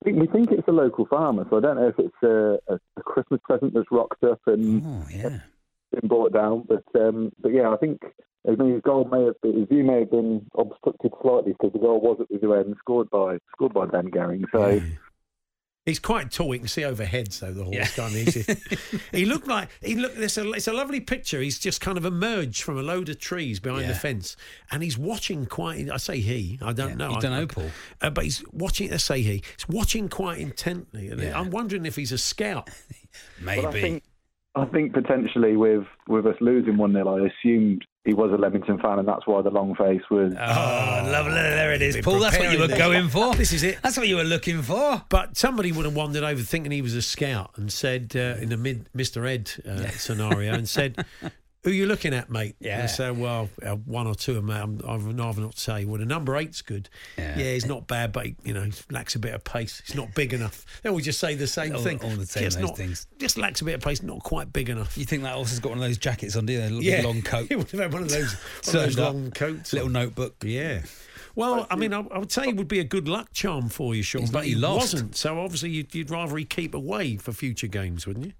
Speaker 6: think- we think it's a local farmer, so I don't know if it's a, a, a Christmas present that's rocked up and
Speaker 5: Oh yeah,
Speaker 6: been brought down. But um, but yeah, I think I mean, his goal may have been, his view may have been
Speaker 5: Hmm.
Speaker 6: obstructed slightly because the goal was at the other end, scored by scored by Ben Gehring. So
Speaker 4: He's quite tall. You can see overhead, so the horse
Speaker 5: Yeah.
Speaker 4: kind of easy. he looked like he looked. It's a, it's a lovely picture. He's just kind of emerged from a load of trees behind the
Speaker 5: Yeah.
Speaker 4: fence, and he's watching quite. I say he. I don't
Speaker 5: Yeah,
Speaker 4: know.
Speaker 5: you
Speaker 4: I-
Speaker 5: don't know,
Speaker 4: I-
Speaker 5: Paul.
Speaker 4: Uh, but he's watching. Let's say he. He's watching quite intently. and
Speaker 5: Yeah.
Speaker 4: I'm wondering if he's a scout.
Speaker 5: Maybe.
Speaker 6: But I think I think potentially with with us losing one 0 I assumed he was a Leamington fan, and that's why the long face was.
Speaker 5: Oh, lovely. There it is, Paul. That's what you were
Speaker 4: preparing
Speaker 5: going
Speaker 4: this.
Speaker 5: for.
Speaker 4: This is it.
Speaker 5: That's what you were looking for.
Speaker 4: But somebody would have wandered over thinking he was a scout and said, uh, in the mid Mr. Ed uh, scenario, and said, Who you looking at, mate?
Speaker 5: Yeah.
Speaker 4: And so, well, uh, one or two of them, um, I'd rather not say. Well, the number eight's good. Yeah,
Speaker 5: Yeah.
Speaker 4: he's not bad, but he, you know, he lacks a bit of pace. He's not big enough. They all just say the same
Speaker 5: All-
Speaker 4: thing.
Speaker 5: all the same,
Speaker 4: Just
Speaker 5: those
Speaker 4: not-
Speaker 5: things.
Speaker 4: Just lacks a bit of pace, not quite big enough.
Speaker 5: You think that horse has got one of those jackets on, do they? A little big long coat.
Speaker 4: he would have had one of those, one of
Speaker 5: Turned
Speaker 4: those
Speaker 5: up,
Speaker 4: long coats. on.
Speaker 5: Little notebook.
Speaker 4: Yeah. Well, I mean, I, I would say it would be a good luck charm for you, Sean,
Speaker 5: He's
Speaker 4: but
Speaker 5: not-
Speaker 4: he
Speaker 5: he lost.
Speaker 4: wasn't. So obviously, you'd, you'd rather he keep away for future games, wouldn't you?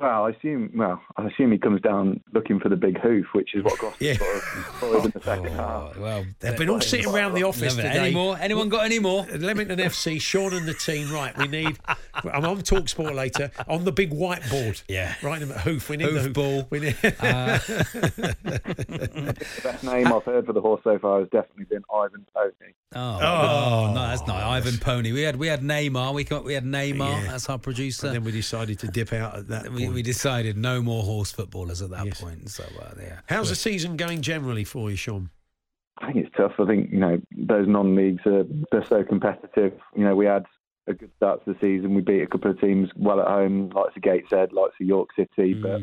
Speaker 6: Well, I assume. Well, I assume he comes down looking for the big hoof, which is what Gloucester
Speaker 4: Yeah.
Speaker 6: sort of followed in the
Speaker 5: Oh,
Speaker 6: second half.
Speaker 5: well,
Speaker 4: They've been all sitting around the office
Speaker 5: Loving it.
Speaker 4: today.
Speaker 5: Any more? Anyone got any more?
Speaker 4: Leamington FC, Sean and the team. Right, we need. I'm on Talk Sport later on the big whiteboard.
Speaker 5: Yeah.
Speaker 4: right in the hoof. We need the
Speaker 5: Hoof
Speaker 4: hoof
Speaker 5: ball. Uh,
Speaker 4: We need.
Speaker 5: oh,
Speaker 6: The best name I've heard for the horse so far has definitely been Ivan Tony.
Speaker 5: Oh, no, that's not Ivan Pony. We had we had Neymar. We come, we had Neymar.
Speaker 4: Oh, Yeah.
Speaker 5: That's our producer.
Speaker 4: then we decided to dip out at that.
Speaker 5: we,
Speaker 4: point.
Speaker 5: we decided no more horse footballers at that
Speaker 4: Yes.
Speaker 5: point. So uh, yeah,
Speaker 4: How's the season going generally for you, Sean?
Speaker 6: I think it's tough. I think you know those non-leagues are they're so competitive. You know, we had a good start to the season. We beat a couple of teams well at home, like the Gateshead, like the York City. But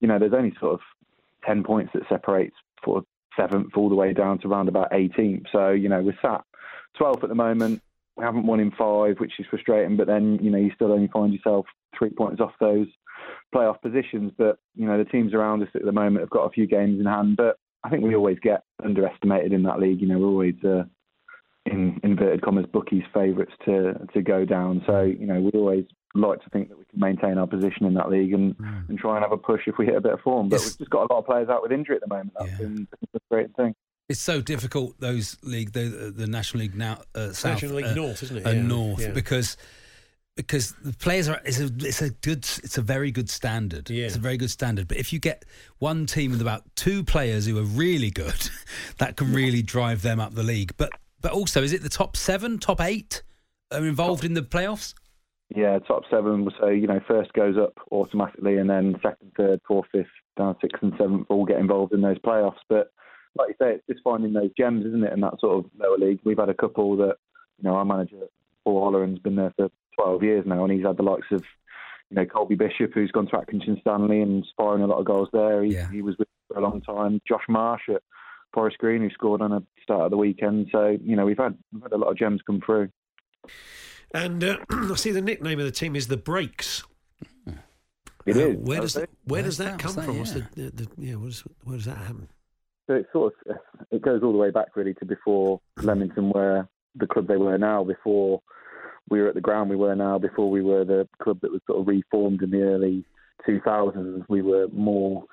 Speaker 6: you know, there's only sort of ten points that separates for seventh all the way down to round about 18th. So you know, we're sat 12th at the moment. We haven't won in five, which is frustrating. But then you know, you still only find yourself three points off those playoff positions. But you know, the teams around us at the moment have got a few games in hand. But I think we always get underestimated in that league. You know, we're always uh, in inverted commas bookies favourites to to go down. So you know, we always like to think that we can maintain our position in that league and, and try and have a push if we hit a bit of form. But
Speaker 5: Hmm. Yes.
Speaker 6: we've just got a lot of players out with injury at the moment. That's
Speaker 5: Yeah.
Speaker 6: been the frustrating thing.
Speaker 5: It's so difficult those league the the National League now uh, South
Speaker 4: National League
Speaker 5: uh,
Speaker 4: North, isn't it?
Speaker 5: uh,
Speaker 4: Yeah,
Speaker 5: North
Speaker 4: yeah.
Speaker 5: because because the players are it's a it's a good it's a very good standard.
Speaker 4: Yeah.
Speaker 5: It's a very good standard. But if you get one team with about two players who are really good, that can really drive them up the league. But but also is it the top 7, top 8 are involved in the playoffs?
Speaker 6: Yeah, top seven. So you know, first goes up automatically, and then second, third, fourth, fifth, down sixth and seventh all get involved in those playoffs. But like you say, it's just finding those gems, isn't it? In that sort of lower league, we've had a couple that you know our manager Paul Holleran's been there for 12 years now, and he's had the likes of you know Colby Bishop, who's gone to Atkinson Stanley and scoring a lot of goals there. He,
Speaker 5: Yeah.
Speaker 6: he was with for a long time. Josh Marsh at Forest Green, who scored on a start of the weekend. So you know, we've had we've had a lot of gems come through.
Speaker 4: And uh, I see the nickname of the team is the Breaks. Uh,
Speaker 6: It is.
Speaker 4: Where does
Speaker 6: Okay.
Speaker 4: that, where does
Speaker 5: Where's
Speaker 4: that
Speaker 5: that?
Speaker 4: come
Speaker 5: What's that?
Speaker 4: from? What's
Speaker 5: Yeah.
Speaker 4: the, the, the, yeah, where does, where does that happen?
Speaker 6: So it sort of it goes all the way back really to before Leamington were the club they were now, before we were at the ground we were now, before we were the club that was sort of reformed in the early 2000s. We were more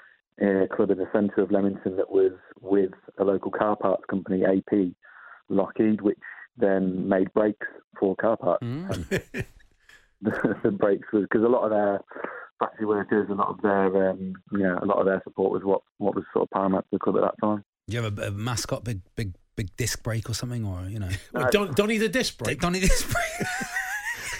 Speaker 6: uh, a club in the centre of Leamington that was with a local car parts company, AP Lockheed, which then made brakes for car parts. the, the breaks was because a lot of their factory workers, a lot of their um, you know, a lot of their support was what what was sort of paramount to the club at that time.
Speaker 5: Do you have a, a mascot big big big disc break or something or you know?
Speaker 4: Well, Don, Donny the Disc Break.
Speaker 5: Donny disc break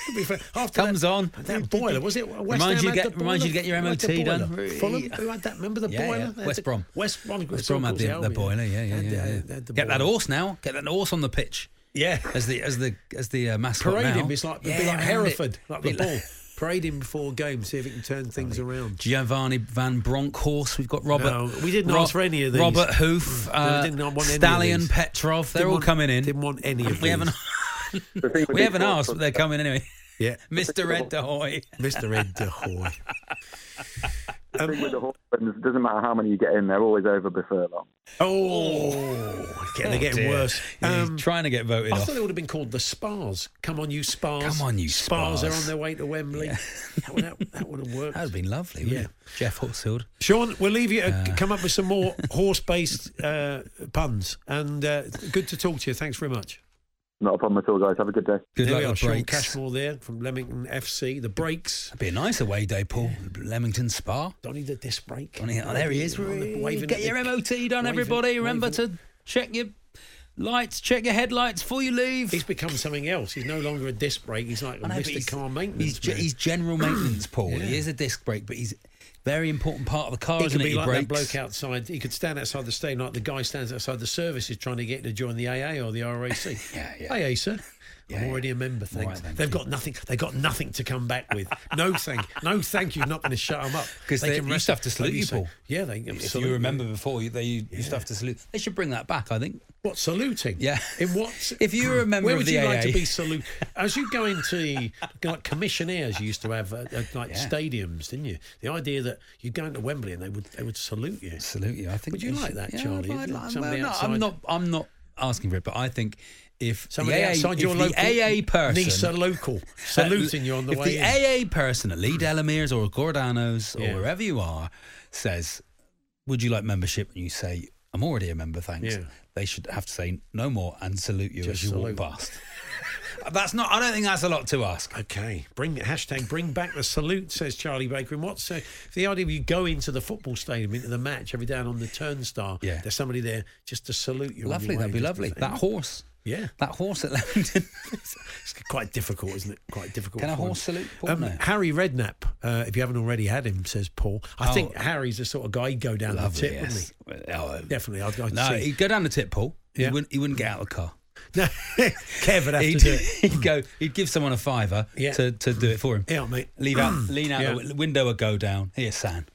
Speaker 4: To be fair, After
Speaker 5: comes
Speaker 4: that,
Speaker 5: on.
Speaker 4: That boiler was it? West
Speaker 5: Reminds
Speaker 4: Ham
Speaker 5: you
Speaker 4: had
Speaker 5: get-
Speaker 4: the boiler?
Speaker 5: reminds you to get your
Speaker 4: Who had the
Speaker 5: MOT
Speaker 4: boiler?
Speaker 5: done.
Speaker 4: Fulham, who had that? Remember the
Speaker 5: Yeah,
Speaker 4: boiler?
Speaker 5: yeah.
Speaker 4: They had
Speaker 5: West
Speaker 4: the-
Speaker 5: Brom.
Speaker 4: West Brom. of
Speaker 5: West Brom had
Speaker 4: course,
Speaker 5: the, the
Speaker 4: Albion.
Speaker 5: boiler, yeah, yeah,
Speaker 4: Had the-
Speaker 5: yeah. yeah.
Speaker 4: had uh, the
Speaker 5: Get that
Speaker 4: boiler.
Speaker 5: horse now. Get that horse on the pitch
Speaker 4: Yeah,
Speaker 5: as the as the as the uh, mascot.
Speaker 4: parade
Speaker 5: now.
Speaker 4: him. It's like it'd
Speaker 5: Yeah,
Speaker 4: be like
Speaker 5: round it.
Speaker 4: Hereford, like the
Speaker 5: Be like
Speaker 4: ball. Parade him before game, see if it can turn things around.
Speaker 5: Giovanni Van Bronckhorst. We've got Robert.
Speaker 4: No, we didn't ask for any of these. Mm.
Speaker 5: Robert Hoof, uh,
Speaker 4: didn't want any of
Speaker 5: Stallion
Speaker 4: these.
Speaker 5: Petrov. They're
Speaker 4: Didn't
Speaker 5: all
Speaker 4: want-
Speaker 5: coming in.
Speaker 4: Didn't want any of
Speaker 5: we
Speaker 4: these.
Speaker 5: haven't
Speaker 6: The thing with
Speaker 5: we
Speaker 6: big
Speaker 5: haven't
Speaker 6: sports
Speaker 5: asked, but they're coming anyway.
Speaker 4: Yeah,
Speaker 5: Mr. Ed DeHoy.
Speaker 4: Mr. Ed DeHoy.
Speaker 6: The thing with the horse friends, it doesn't matter how many you get in, they're always over before long.
Speaker 4: Oh, getting they're getting
Speaker 5: Dear.
Speaker 4: worse.
Speaker 5: He's
Speaker 4: Um,
Speaker 5: trying to get voted
Speaker 4: I
Speaker 5: off.
Speaker 4: thought they would have been called the Spars. Come on, you Spars.
Speaker 5: Come on, you
Speaker 4: Spars. They're
Speaker 5: Spars.
Speaker 4: on their way to Wembley. that, would, that, that would have worked.
Speaker 5: That would have been lovely.
Speaker 4: Yeah.
Speaker 5: Yeah. Jeff Horsfield.
Speaker 4: Sean, we'll leave you to come up with some uh, more horse based uh, puns. And uh, good to talk to you. Thanks very much.
Speaker 6: Not a problem at all, guys. Have a good day.
Speaker 5: Good
Speaker 4: there we
Speaker 5: luck
Speaker 4: are,
Speaker 5: with
Speaker 4: Sean
Speaker 5: breaks.
Speaker 4: Cashmore there from Leamington FC. The breaks.
Speaker 5: It'd be a nice away day, Paul. Leamington Spa.
Speaker 4: Donny the disc break.
Speaker 5: On here- oh, there he is.
Speaker 4: On the- waving
Speaker 5: Get
Speaker 4: at
Speaker 5: your
Speaker 4: the-
Speaker 5: MOT done,
Speaker 4: waving-
Speaker 5: everybody. Remember
Speaker 4: waving.
Speaker 5: to check your lights, check your headlights before you leave.
Speaker 4: He's become something else. He's no longer a disc brake. He's like a
Speaker 5: I know, but
Speaker 4: Mr. Car Maintenance.
Speaker 5: He's, ge-
Speaker 4: man.
Speaker 5: he's general maintenance, Paul. He is a disc brake, but he's a very important part of the car,
Speaker 4: He
Speaker 5: isn't
Speaker 4: could be
Speaker 5: it?
Speaker 4: like
Speaker 5: your
Speaker 4: that
Speaker 5: brakes?
Speaker 4: bloke outside. He could stand outside the stadium like the guy stands outside the service is trying to get to join the AA or the RAC.
Speaker 5: Yeah, yeah.
Speaker 4: Hey, sir.
Speaker 5: Yeah,
Speaker 4: I'm
Speaker 5: yeah.
Speaker 4: already a member.
Speaker 5: All right,
Speaker 4: Thanks.
Speaker 5: thank
Speaker 4: They've
Speaker 5: you.
Speaker 4: got nothing. They got nothing to come back with. No thank. No thank you. Not going to shut them up
Speaker 5: 'Cause they used to have to
Speaker 4: like
Speaker 5: salute you,
Speaker 4: say.
Speaker 5: Paul.
Speaker 4: Yeah, they.
Speaker 5: If
Speaker 4: absolutely.
Speaker 5: you remember before, you- they used to have to salute. They should bring that back, I think.
Speaker 4: What saluting?
Speaker 5: Yeah.
Speaker 4: In what?
Speaker 5: If you were a member
Speaker 4: where
Speaker 5: of
Speaker 4: would
Speaker 5: the
Speaker 4: you like to
Speaker 5: AA?
Speaker 4: be saluted? As you go into like commissionaires, you used to have uh, uh, like
Speaker 5: Yeah.
Speaker 4: stadiums, didn't you? The idea that you go into Wembley and they would they would salute you.
Speaker 5: Salute you. I think.
Speaker 4: Would you
Speaker 5: they
Speaker 4: like
Speaker 5: should-
Speaker 4: that,
Speaker 5: yeah,
Speaker 4: Charlie?
Speaker 5: I'd
Speaker 4: Like
Speaker 5: like-
Speaker 4: somebody
Speaker 5: well, no,
Speaker 4: outside-
Speaker 5: I'm not. I'm not asking for it, but I think if
Speaker 4: Somebody
Speaker 5: the AA,
Speaker 4: outside your
Speaker 5: if
Speaker 4: local
Speaker 5: the AA person,
Speaker 4: Nisa local saluting you on the
Speaker 5: if
Speaker 4: way
Speaker 5: the
Speaker 4: in.
Speaker 5: AA person at Lee Delamere's or Gordano's
Speaker 4: Yeah.
Speaker 5: or wherever you are says, "Would you like membership?" and you say, "I'm already a member, thanks,"
Speaker 4: Yeah.
Speaker 5: they should have to say no more and salute you
Speaker 4: Just
Speaker 5: as you
Speaker 4: salute.
Speaker 5: walk past. that's not. I don't think that's a lot to ask.
Speaker 4: Okay, bring hashtag bring back the salute, says Charlie Baker. And what's uh, the idea of you go into the football stadium, into the match every day and on the turnstile?
Speaker 5: Yeah.
Speaker 4: There's somebody there just to salute you. on your
Speaker 5: Lovely, that'd
Speaker 4: way, just
Speaker 5: be
Speaker 4: to
Speaker 5: lovely.
Speaker 4: say-
Speaker 5: That horse,
Speaker 4: yeah.
Speaker 5: that horse at Leamington.
Speaker 4: It's quite difficult, isn't it? Quite difficult.
Speaker 5: Can a
Speaker 4: for him.
Speaker 5: horse salute Paul
Speaker 4: Um,
Speaker 5: now?
Speaker 4: Harry Redknapp, uh, if you haven't already had him, says Paul. I
Speaker 5: Oh.
Speaker 4: think Harry's the sort of guy he'd go down
Speaker 5: Lovely,
Speaker 4: the tip,
Speaker 5: yes. Oh,
Speaker 4: wouldn't he? Definitely, I'd go to
Speaker 5: No,
Speaker 4: see.
Speaker 5: he'd go down the tip, Paul.
Speaker 4: Yeah.
Speaker 5: He wouldn't. He wouldn't get out of the car.
Speaker 4: No, Kev would have to
Speaker 5: He'd,
Speaker 4: do it.
Speaker 5: he'd go. He'd give someone a fiver
Speaker 4: Yeah.
Speaker 5: to, to do it for him.
Speaker 4: Yeah, mate.
Speaker 5: Leave out. lean out
Speaker 4: Yeah.
Speaker 5: the wi- window. A go down. Here, San.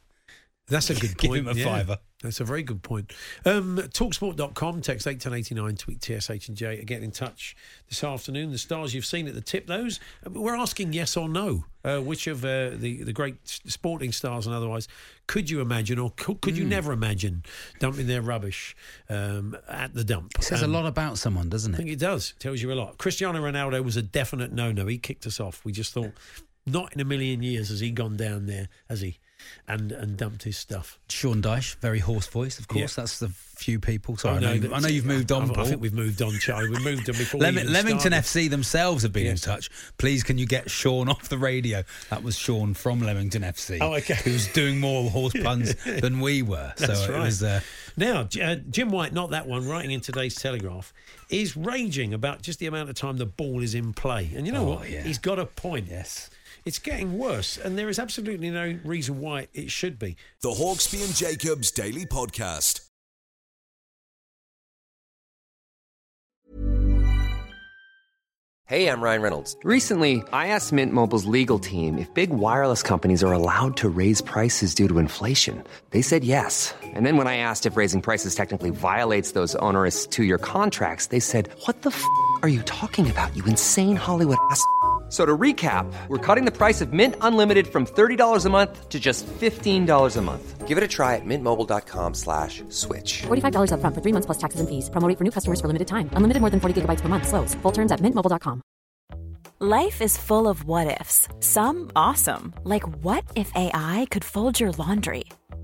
Speaker 4: That's a good point.
Speaker 5: Give him a
Speaker 4: yeah.
Speaker 5: fiver.
Speaker 4: That's a very good point. Um, Talksport.com, text 81089, tweet TSH and J. Get in touch this afternoon. The stars you've seen at the tip, those. Uh, We're asking yes or no. Uh, which of uh, the, the great s- sporting stars and otherwise could you imagine or could, could
Speaker 5: Hmm.
Speaker 4: you never imagine dumping their rubbish um, at the dump?
Speaker 5: It says
Speaker 4: Um,
Speaker 5: a lot about someone,
Speaker 4: I
Speaker 5: doesn't it?
Speaker 4: think it does. Tells you a lot. Cristiano Ronaldo was a definite no-no. He kicked us off. We just thought, not in a million years has he gone down there, has he? And and dumped his stuff.
Speaker 5: Sean Dyche, very hoarse voice, of course.
Speaker 4: Yeah.
Speaker 5: That's the few people. Sorry, I
Speaker 4: no,
Speaker 5: know, you- I
Speaker 4: that's-
Speaker 5: know you've moved on,
Speaker 4: I,
Speaker 5: Paul.
Speaker 4: I think we've moved on, Charlie. We've moved on before. we
Speaker 5: Lem-
Speaker 4: even
Speaker 5: Leamington
Speaker 4: started.
Speaker 5: FC themselves have been
Speaker 4: Yes.
Speaker 5: in touch. Please, can you get Sean off the radio? That was Sean from Leamington FC.
Speaker 4: Oh, okay.
Speaker 5: Who was doing more horse puns than we were.
Speaker 4: That's
Speaker 5: so
Speaker 4: right.
Speaker 5: it was. Uh,
Speaker 4: Now, J- uh, Jim White, not that one, writing in today's Telegraph, is raging about just the amount of time the ball is in play. And you know
Speaker 5: Oh,
Speaker 4: what?
Speaker 5: yeah.
Speaker 4: He's got a point.
Speaker 5: yes.
Speaker 4: It's getting worse, and there is absolutely no reason why it should be.
Speaker 3: The Hawksby and Jacobs Daily Podcast.
Speaker 1: Hey, I'm Ryan Reynolds. Recently, I asked Mint Mobile's legal team if big wireless companies are allowed to raise prices due to inflation. They said yes. And then when I asked if raising prices technically violates those onerous two year contracts, they said, What the f are you talking about, you insane Hollywood ass? f- So to recap, we're cutting the price of Mint Unlimited from $30 a month to just $15 a month. Give it a try at mintmobile.com slash switch.
Speaker 2: $45 upfront for three months plus taxes and fees. Promo rate for new customers for limited time. Unlimited more than 40 gigabytes per month. Slows. Full terms at mintmobile.com.
Speaker 7: Life is full of what ifs. Some awesome, like what if AI could fold your laundry?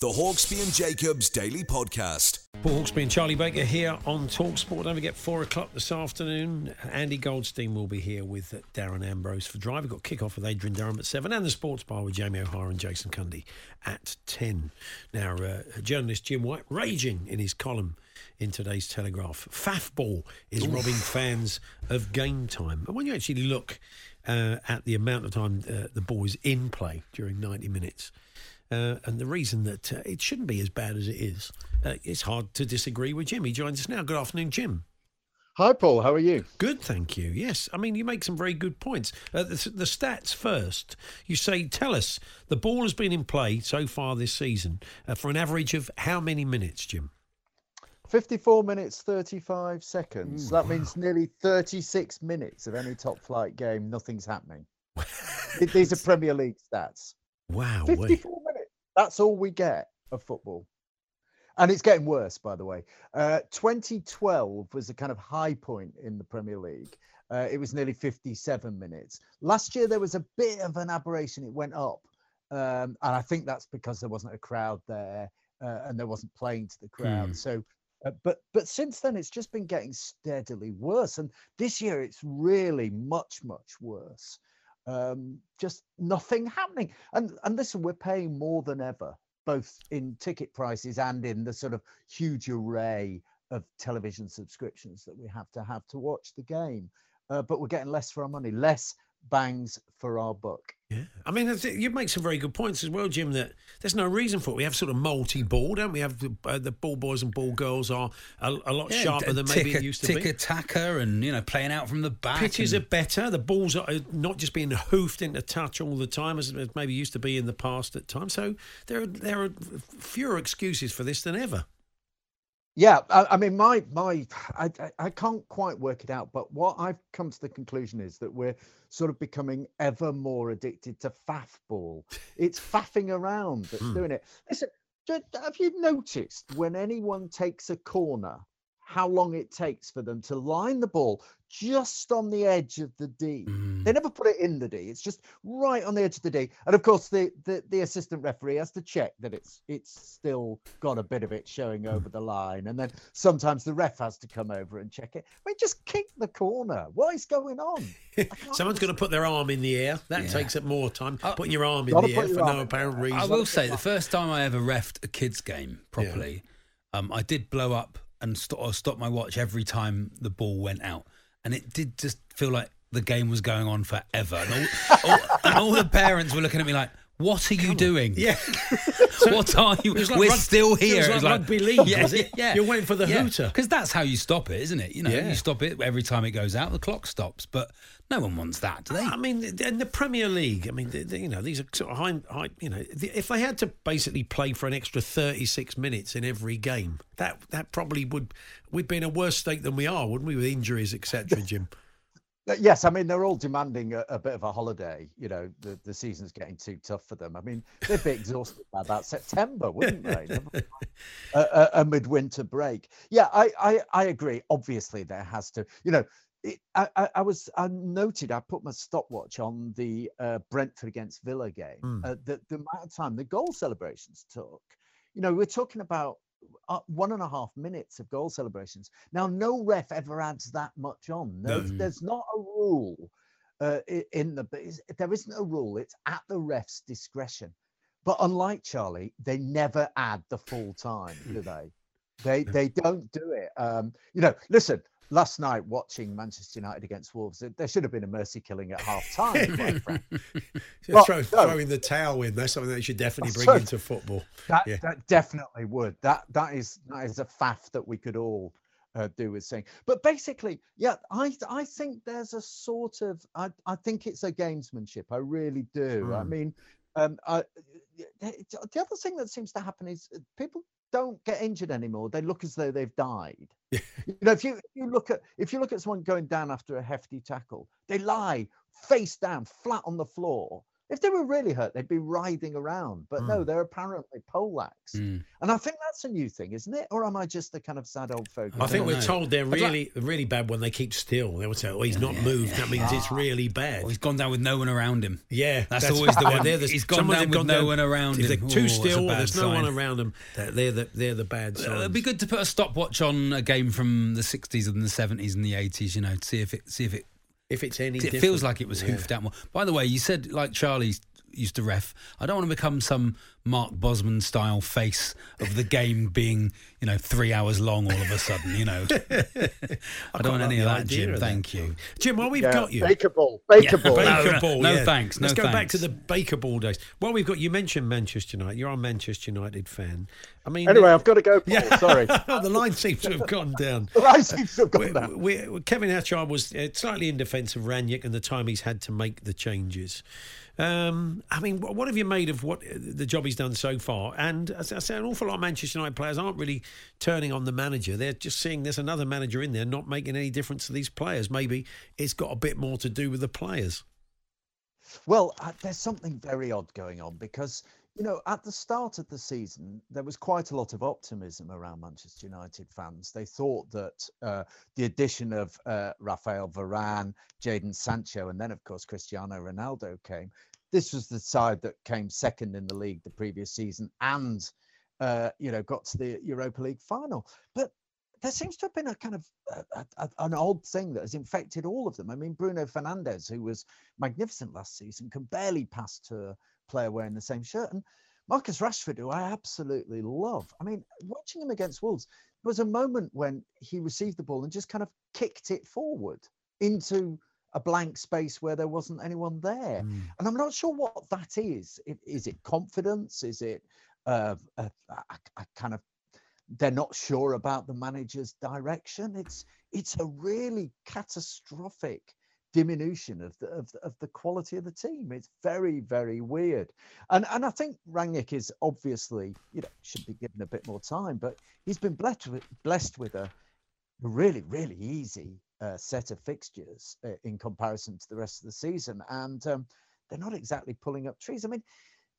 Speaker 3: The Hawksby and Jacobs Daily Podcast.
Speaker 4: Paul Hawksby and Charlie Baker here on Talksport. Don't forget, four o'clock this afternoon. Andy Goldstein will be here with Darren Ambrose for Drive. We've got kickoff with Adrian Durham at seven, and the Sports Bar with Jamie O'Hara and Jason Cundy at ten. Now, uh, journalist Jim White raging in his column in today's Telegraph. Faffball is robbing fans of game time, and when you actually look uh, at the amount of time uh, the ball is in play during ninety minutes. Uh, and the reason that uh, it shouldn't be as bad as it is, uh, it's hard to disagree with Jim. He joins us now. Good afternoon, Jim.
Speaker 8: Hi, Paul. How are you?
Speaker 4: Good, thank you. Yes, I mean, you make some very good points. Uh, the, the stats first. You say, tell us, the ball has been in play so far this season uh, for an average of how many minutes, Jim?
Speaker 8: 54 minutes, 35 seconds. that means nearly 36 minutes of any top flight game, nothing's happening. Th- These are Premier League stats.
Speaker 4: Wow.
Speaker 8: 54 minutes. That's all we get of football. And it's getting worse, by the way. Uh, 2012 was a kind of high point in the Premier League. Uh, it was nearly 57 minutes. Last year, there was a bit of an aberration. It went up. Um, and I think that's because there wasn't a crowd there uh, and there wasn't playing to the crowd. So, uh, but but since then, it's just been getting steadily worse. And this year, it's really much, much worse um, just nothing happening. And and listen, we're paying more than ever, both in ticket prices and in the sort of huge array of television subscriptions that we have to have to watch the game. Uh, but we're getting less for our money, less bangs for our buck.
Speaker 4: Yeah, I mean, that's it. you make some very good points as well, Jim. That there's no reason for it. We have sort of multi-ball, don't we? Have the, uh, the ball boys and ball girls are a, a lot
Speaker 5: Yeah,
Speaker 4: sharper
Speaker 5: d-
Speaker 4: than maybe
Speaker 5: tick,
Speaker 4: it used to
Speaker 5: tick
Speaker 4: be.
Speaker 5: attacker and you know playing out from the back.
Speaker 4: Pitches are
Speaker 5: and-
Speaker 4: better. The balls are not just being hoofed into touch all the time as it maybe used to be in the past at times. So there are there are fewer excuses for this than ever.
Speaker 8: Yeah, I, I mean, my my, I, I I can't quite work it out, but what I've come to the conclusion is that we're sort of becoming ever more addicted to faff ball. It's faffing around that's doing it. Listen, ju- have you noticed when anyone takes a corner, how long it takes for them to line the ball just on the edge of the D?
Speaker 5: Mm.
Speaker 8: They never put it in the D. It's just right on the edge of the D. And of course, the, the, the assistant referee has to check that it's it's still got a bit of it showing over the line. And then sometimes the ref has to come over and check it. I mean, just kick the corner. What is going on? I can't
Speaker 4: Someone's got to put their arm in the air. That
Speaker 5: Yeah.
Speaker 4: takes up more time.
Speaker 5: Uh,
Speaker 4: Putting your arm in
Speaker 8: gotta
Speaker 4: the
Speaker 8: put
Speaker 4: air
Speaker 8: your
Speaker 4: for
Speaker 8: arm
Speaker 4: no
Speaker 8: in
Speaker 4: apparent
Speaker 8: there.
Speaker 4: reason.
Speaker 5: I will say the first time I ever refed a kids game properly, um, I did blow up and st- or stop my watch every time the ball went out, and it did just feel like the game was going on forever. And all, all, and all the parents were looking at me like. What are you doing?
Speaker 4: Yeah.
Speaker 5: what are you?
Speaker 4: was like
Speaker 5: We're
Speaker 4: rug- it
Speaker 5: still
Speaker 4: was
Speaker 5: here.
Speaker 4: like rugby league, was it? You're waiting for the hooter.
Speaker 5: Because that's how you stop it, isn't it? You know,
Speaker 4: Yeah.
Speaker 5: you stop it every time it goes out, the clock stops. But no one wants that, do they?
Speaker 4: I mean, th- in the Premier League, I mean, th- th- you know, these are sort of high, high you know, th- if they had to basically play for an extra 36 minutes in every game, that that probably would, we'd be in a worse state than we are, wouldn't we, with injuries, etc., Jim?
Speaker 8: Uh, Yes, I mean they're all demanding a, a bit of a holiday. You know, the, the season's getting too tough for them. I mean, they'd be exhausted by about September, wouldn't they? Never mind a, a, a midwinter break. Yeah, I, I I agree. Obviously, there has to. You know, it, I, I I was I noted. I put my stopwatch on the uh, Brentford against Villa game. Uh, the the amount of time the goal celebrations took. You know, we're talking about uh, one and a half minutes of goal celebrations. Now, no ref ever adds that much on. No, there's not a rule uh, i- in the. but it's- There isn't a rule. It's at the ref's discretion. But unlike Charlie, they never add the full time, do they? They they don't do it. Um, you know, listen. Last night, watching Manchester United against Wolves, there- there should have been a mercy killing at half time. quite frankly. Well,
Speaker 4: throw,
Speaker 8: no.
Speaker 4: Throwing the towel in, that's something they should definitely bring
Speaker 8: Sorry.
Speaker 4: into football.
Speaker 8: That,
Speaker 4: Yeah.
Speaker 8: that definitely would. That that is that is a faff that we could all uh, do with saying. But basically, yeah, I I think there's a sort of I I think it's a gamesmanship. I really do. I mean, um, I, it- the other thing that seems to happen is uh, people don't get injured anymore. They look as though they've died. you know, if you if you look at if you look at someone going down after a hefty tackle, they lie face down, flat on the floor. If they were really hurt, they'd be writhing around. But
Speaker 4: Mm.
Speaker 8: no, they're apparently poleaxed.
Speaker 5: Mm.
Speaker 8: And I think that's a new thing, isn't it? Or am I just a kind of sad old folk?
Speaker 4: I think
Speaker 5: don't
Speaker 4: we're
Speaker 5: know.
Speaker 4: told they're
Speaker 5: I'd like-
Speaker 4: really, really bad when they keep still. They would say, "Oh, he's not moved. That means it's really bad."
Speaker 5: Or he's gone down with no one around him.
Speaker 4: Yeah,
Speaker 5: That's always the one.
Speaker 4: They're the,
Speaker 5: He's gone
Speaker 4: someone's
Speaker 5: down with no one around
Speaker 4: if
Speaker 5: him.
Speaker 4: They're
Speaker 5: Ooh,
Speaker 4: too
Speaker 5: that's a
Speaker 4: still. or
Speaker 5: bad
Speaker 4: There's no
Speaker 5: sign.
Speaker 4: one around them. They're, they're the they're the bad signs.
Speaker 5: It'd be good to put a stopwatch on a game from the 60s and the 70s and the 80s, you know, to see if it see if it
Speaker 4: if it's any.
Speaker 5: it
Speaker 4: different.
Speaker 5: feels like it was
Speaker 4: Yeah.
Speaker 5: hoofed out more. By the way, you said like Charlie used to ref. I don't want to become some Mark Bosman style face of the game being, you know, three hours long all of a sudden. You know, I
Speaker 4: like
Speaker 5: don't want any of
Speaker 4: the
Speaker 5: that,
Speaker 4: idea
Speaker 5: Jim.
Speaker 4: of that.
Speaker 5: Thank you.
Speaker 4: Jim, while we've got you,
Speaker 9: Baker ball. Baker
Speaker 5: Yeah.
Speaker 9: ball.
Speaker 5: Baker-
Speaker 4: Baker
Speaker 5: no,
Speaker 4: ball.
Speaker 5: no
Speaker 4: yeah.
Speaker 5: thanks, no
Speaker 4: Let's go back
Speaker 5: thanks.
Speaker 4: to the Baker ball days. Well, we've got you mentioned Manchester United. You're a Manchester United fan. I mean,
Speaker 9: Anyway, I've got to go. Paul. Sorry.
Speaker 4: Oh, the line seems to have gone down.
Speaker 8: The line seems to have gone
Speaker 4: We-
Speaker 8: down.
Speaker 4: we- we- Kevin Hatchard was uh, slightly in defence of Ranić and the time he's had to make the changes. Um, I mean, what, what have you made of what uh, the job he's done so far? And as I say, an awful lot of Manchester United players aren't really turning on the manager. They're just seeing there's another manager in there, not making any difference to these players. Maybe it's got a bit more to do with the players.
Speaker 8: Well, uh, there's something very odd going on because, you know, at the start of the season, there was quite a lot of optimism around Manchester United fans. They thought that uh, the addition of uh, Rafael Varane, Jadon Sancho, and then, of course, Cristiano Ronaldo came. This was the side that came second in the league the previous season and, uh, you know, got to the Europa League final. But there seems to have been a kind of uh, a, a, an odd thing that has infected all of them. I mean, Bruno Fernandes, who was magnificent last season, can barely pass to a player wearing the same shirt. And Marcus Rashford, who I absolutely love. I mean, watching him against Wolves, there was a moment when he received the ball and just kind of kicked it forward into a blank space where there wasn't anyone there.
Speaker 4: Mm.
Speaker 8: And I'm not sure what that is. It, is it confidence? Is it uh, a, a- a kind of they're not sure about the manager's direction? It's it's a really catastrophic diminution of the, of the of the quality of the team. It's very very weird, and and I think Rangnick is obviously you know should be given a bit more time, but he's been blessed with, blessed with a really really easy uh, set of fixtures uh, in comparison to the rest of the season, and um, they're not exactly pulling up trees. I mean,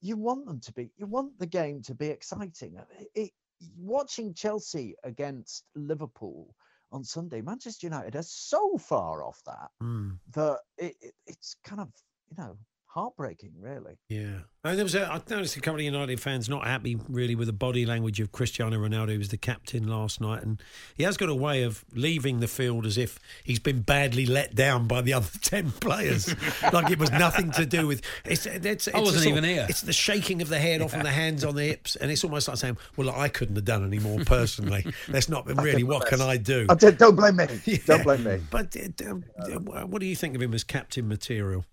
Speaker 8: you want them to be you want the game to be exciting. I- It, watching Chelsea against Liverpool on Sunday, Manchester United are so far off that
Speaker 4: Hmm.
Speaker 8: that it, it, it's kind of you know heartbreaking really
Speaker 4: Yeah, and there was a, I noticed a couple of United fans not happy really with the body language of Cristiano Ronaldo, who was the captain last night, and he has got a way of leaving the field as if he's been badly let down by the other ten players, like it was nothing to do with. It's, it's, it's
Speaker 5: I wasn't
Speaker 4: a sort of-
Speaker 5: even here.
Speaker 4: It's the shaking of the head off and the hands on the hips, and it's almost like saying, "Well, I couldn't have done any more personally. That's not really what can I do."
Speaker 8: Oh,
Speaker 9: I did, don't blame me. Don't blame me.
Speaker 4: But uh, um, uh, what do you think of him as captain material?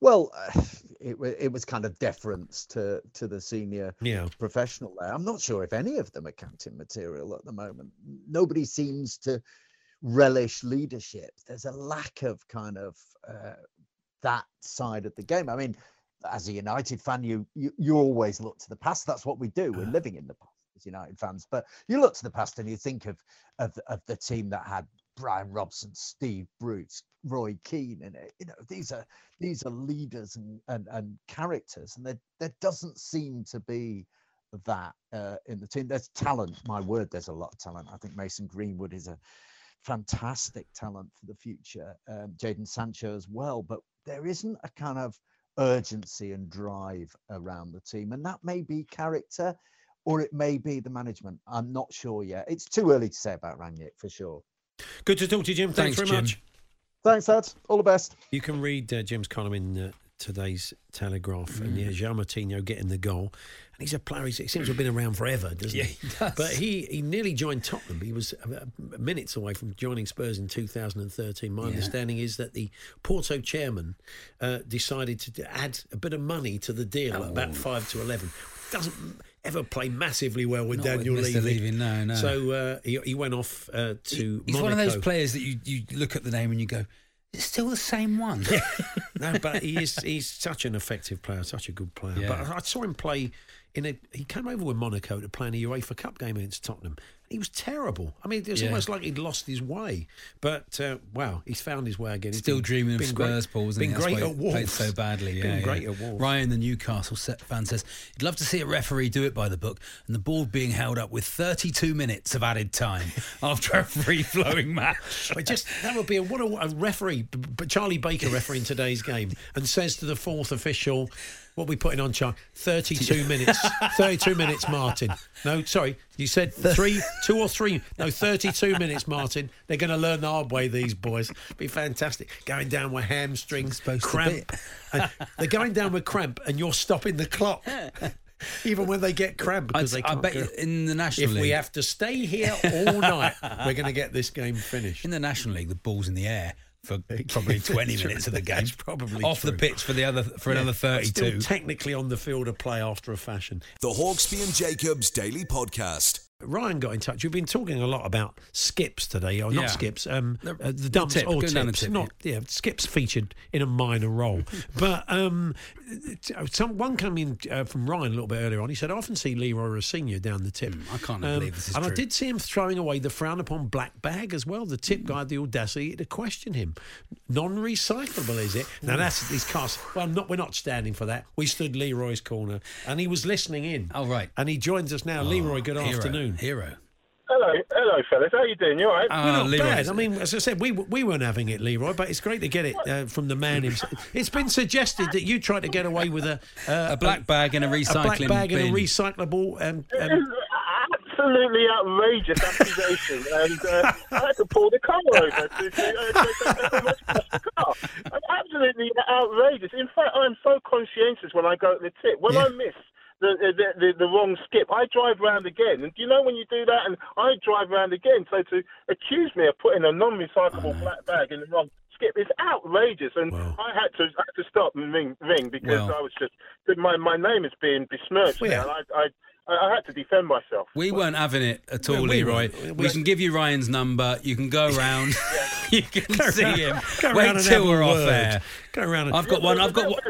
Speaker 8: well uh, it, wa- it was kind of deference to to the senior
Speaker 4: Yeah.
Speaker 8: professional there i'm not sure if any of them are counting material at the moment nobody seems to relish leadership there's a lack of kind of uh, that side of the game i mean as a united fan you, you you always look to the past that's what we do we're living in the past as united fans but you look to the past and you think of of, of the team that had Brian Robson, Steve Bruce, Roy Keane in it. You know, these are these are leaders and and, and characters, and there there doesn't seem to be that uh, in the team. There's talent. My word, there's a lot of talent. I think Mason Greenwood is a fantastic talent for the future. Um, Jaden Sancho as well, but there isn't a kind of urgency and drive around the team, and that may be character. Or it may be the management. I'm not sure yet. It's too early to say about Ranić for sure.
Speaker 4: Good to talk to you, Jim. Thanks,
Speaker 5: Thanks,
Speaker 4: very
Speaker 5: Jim.
Speaker 4: much.
Speaker 9: Thanks, lads. All the best.
Speaker 4: You can read uh, Jim's column in uh, today's Telegraph,
Speaker 5: Mm.
Speaker 4: and yeah, Jean Martino getting the goal, and he's a player. He's, he seems to have been around forever, doesn't
Speaker 5: Yeah,
Speaker 4: he?
Speaker 5: he does.
Speaker 4: But he, he nearly joined Tottenham. He was uh, minutes away from joining Spurs in 2013. My understanding is that the Porto chairman uh, decided to d- add a bit of money to the deal,
Speaker 5: Oh.
Speaker 4: about five to eleven. Doesn't ever play massively well with
Speaker 5: Not with
Speaker 4: Daniel
Speaker 5: Mr.
Speaker 4: Levy.
Speaker 5: Levy, no, no.
Speaker 4: So uh, he, he went off uh, to.
Speaker 5: He's one of those
Speaker 4: Monaco.
Speaker 5: players that you, you look at the name and you go, it's still the same one.
Speaker 4: No, but he is, he's such an effective player, such a good player.
Speaker 5: Yeah.
Speaker 4: But I saw him play in a he came over with Monaco to play in a UEFA Cup game against Tottenham. He was terrible. I mean, it was
Speaker 5: Yeah.
Speaker 4: almost like he'd lost his way. But uh, wow, he's found his way again. He's
Speaker 5: Still
Speaker 4: been-
Speaker 5: dreaming of
Speaker 4: been great-
Speaker 5: Spurs, Paul, wasn't
Speaker 4: been
Speaker 5: he? That's
Speaker 4: great
Speaker 5: why
Speaker 4: at
Speaker 5: he Played
Speaker 4: Wolves
Speaker 5: so badly. Yeah,
Speaker 4: been great
Speaker 5: yeah.
Speaker 4: at Wolves.
Speaker 5: Ryan, the Newcastle set fan, says he'd love to see a referee do it by the book, and the ball being held up with 32 minutes of added time after a free flowing match.
Speaker 4: But just that would be a what a, a referee, b- b- Charlie Baker refereeing today's game, and says to the fourth official, "What we putting on, Charlie? Thirty-two minutes, thirty-two minutes, Martin. No, sorry, you said three, two or three. No, thirty-two minutes, Martin. They're going to learn the hard way. These boys be fantastic. Going down with hamstrings,
Speaker 5: Supposed to
Speaker 4: cramp. And they're going down with cramp, and you're stopping the clock." Even when they get cramp, because
Speaker 5: I'd-
Speaker 4: they
Speaker 5: I
Speaker 4: can't
Speaker 5: bet
Speaker 4: go.
Speaker 5: in the National
Speaker 4: If we
Speaker 5: League-
Speaker 4: have to stay here all night, we're going to get this game finished.
Speaker 5: In the National League, the ball's in the air for probably 20
Speaker 4: True,
Speaker 5: minutes of the game.
Speaker 4: that's probably
Speaker 5: off the
Speaker 4: true.
Speaker 5: pitch for the other for another
Speaker 4: Still
Speaker 5: 32.
Speaker 4: technically on the field of play after a fashion.
Speaker 3: The Hawksby and Jacobs Daily Podcast.
Speaker 4: Ryan got in touch. You've been talking a lot about skips today, or
Speaker 5: Yeah.
Speaker 4: not skips, um,
Speaker 5: The-
Speaker 4: uh, the dumps
Speaker 5: the tip,
Speaker 4: or
Speaker 5: going
Speaker 4: tips.
Speaker 5: down the tip,
Speaker 4: not yeah. skips featured in a minor role. but um, t- some one came in uh, from Ryan a little bit earlier on. He said, "I often see Leroy Rossignol down the tip.
Speaker 5: Hmm,
Speaker 4: Um,
Speaker 5: I can't believe this is
Speaker 4: And I
Speaker 5: true.
Speaker 4: did see him throwing away the frown upon black bag as well. The
Speaker 5: Hmm.
Speaker 4: tip guy had the audacity to question him. Non-recyclable, is it? Now that's his cast. Well, I'm not. We're not standing for that. We stood Leroy's corner, and he was listening in.
Speaker 5: Oh, right.
Speaker 4: And he joins us now. Leroy, good
Speaker 5: Oh, Hero,
Speaker 4: afternoon.
Speaker 5: Hero.
Speaker 10: Hello, hello, fellas. How you doing? You all right?
Speaker 5: Uh,
Speaker 4: We're not
Speaker 5: Leroy.
Speaker 4: bad. I mean, as I said, we we weren't having it, Leroy, but it's great to get it uh, from the man himself. It's been suggested that you tried to get away with a uh,
Speaker 5: a black bag and a
Speaker 4: a
Speaker 5: recycling
Speaker 4: black bag
Speaker 5: bin.
Speaker 4: and a recyclable. Um, um,
Speaker 10: Absolutely outrageous accusation, and uh, I had to pull the car over to, to, uh, to, to, to watch past the car. Absolutely outrageous. In fact, I'm so conscientious when I go at the tip. When I miss the the, the the wrong skip, I drive round again. And do you know when you do that? And I drive round again. So to accuse me of putting a non-recyclable black bag in the wrong skip is outrageous. And
Speaker 4: Wow.
Speaker 10: I had to I had to stop and ring ring because
Speaker 5: Wow.
Speaker 10: I was just my my name is being besmirched.
Speaker 4: Well, yeah.
Speaker 10: now, and I, I I I had to defend myself.
Speaker 5: We weren't having it at all,
Speaker 4: we
Speaker 5: Leroy.
Speaker 4: weren't.
Speaker 5: We can give you Ryan's number. You can go round. you can see him.
Speaker 4: go around
Speaker 5: Wait
Speaker 4: and
Speaker 5: till
Speaker 4: have a
Speaker 5: we're off
Speaker 4: word.
Speaker 5: air.
Speaker 4: Go around. And,
Speaker 5: I've got one. I've got one.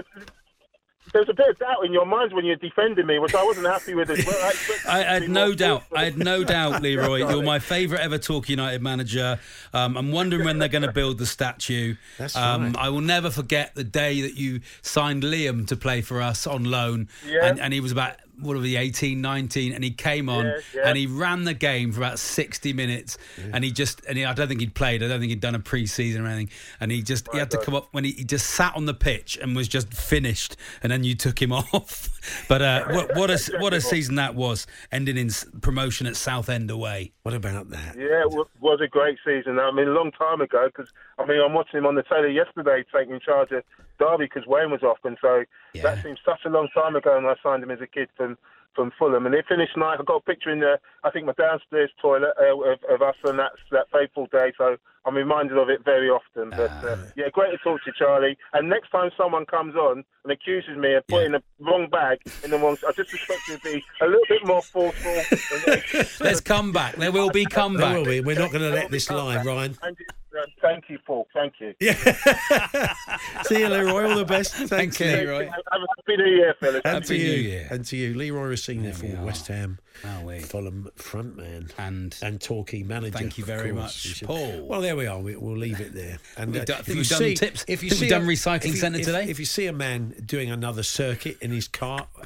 Speaker 10: There's a bit of doubt in your minds when you're defending me, which I wasn't happy with as well. expected
Speaker 5: I
Speaker 10: to be
Speaker 5: had
Speaker 10: more
Speaker 5: no doubt.
Speaker 10: forceful.
Speaker 5: I had no doubt, Leroy. You're my favourite ever Talk United manager. Um, I'm wondering when they're going to build the statue.
Speaker 4: That's
Speaker 5: um,
Speaker 4: right.
Speaker 5: I will never forget the day that you signed Liam to play for us on loan.
Speaker 10: Yeah.
Speaker 5: And, and he was about, what were we, 18, 19, and he came on
Speaker 10: Yes, yeah.
Speaker 5: and he ran the game for about 60 minutes. And he just, and he, I don't think he'd played. I don't think he'd done a pre season or anything. And he just, he had to come up when he, he just sat on the pitch and was just finished. And then you took him off. but uh, what, what a, what a season that was, ending in s- promotion at Southend away.
Speaker 4: what about that?
Speaker 10: Yeah, it wa- was a great season. I mean, a long time ago, because I mean, I'm watching him on the telly yesterday taking charge of Derby because Wayne was off, and so that seems such a long time ago. And I signed him as a kid from from Fulham, and they finished ninth. I got a picture in the, I think, my downstairs toilet uh, of, of us on that that fateful day. So I'm reminded of it very often. But uh,
Speaker 4: Ah.
Speaker 10: yeah, great to talk to you, Charlie. And next time someone comes on and accuses me of putting the wrong bag in the wrong, I just expect you to be a little bit more forceful. and-
Speaker 5: Let's come back. There will be comeback.
Speaker 4: There will be. We're not going to let this lie, Ryan.
Speaker 10: And, uh, thank you, Paul. Thank you.
Speaker 4: See you, Leroy. All the best. Take
Speaker 5: Thanks,
Speaker 4: care.
Speaker 5: Leroy.
Speaker 10: Have a happy new year, fellas.
Speaker 4: And to
Speaker 5: Happy
Speaker 4: you,
Speaker 5: New Year.
Speaker 4: and to you, Leroy Rossignol for
Speaker 5: we are.
Speaker 4: West Ham,
Speaker 5: Are we?
Speaker 4: Fulham frontman,
Speaker 5: And-
Speaker 4: and Torquay manager.
Speaker 5: Thank you
Speaker 4: of
Speaker 5: very
Speaker 4: course.
Speaker 5: much,
Speaker 4: You should-
Speaker 5: Paul.
Speaker 4: Well, there we are. We, we'll leave it there. And
Speaker 5: We've
Speaker 4: uh,
Speaker 5: done- I think
Speaker 4: if you
Speaker 5: we've done
Speaker 4: see-
Speaker 5: tips.
Speaker 4: if you
Speaker 5: I think
Speaker 4: see
Speaker 5: we've
Speaker 4: a-
Speaker 5: done recycling
Speaker 4: if you-
Speaker 5: centre
Speaker 4: if-
Speaker 5: today.
Speaker 4: If you see a man doing another circuit in his car. uh,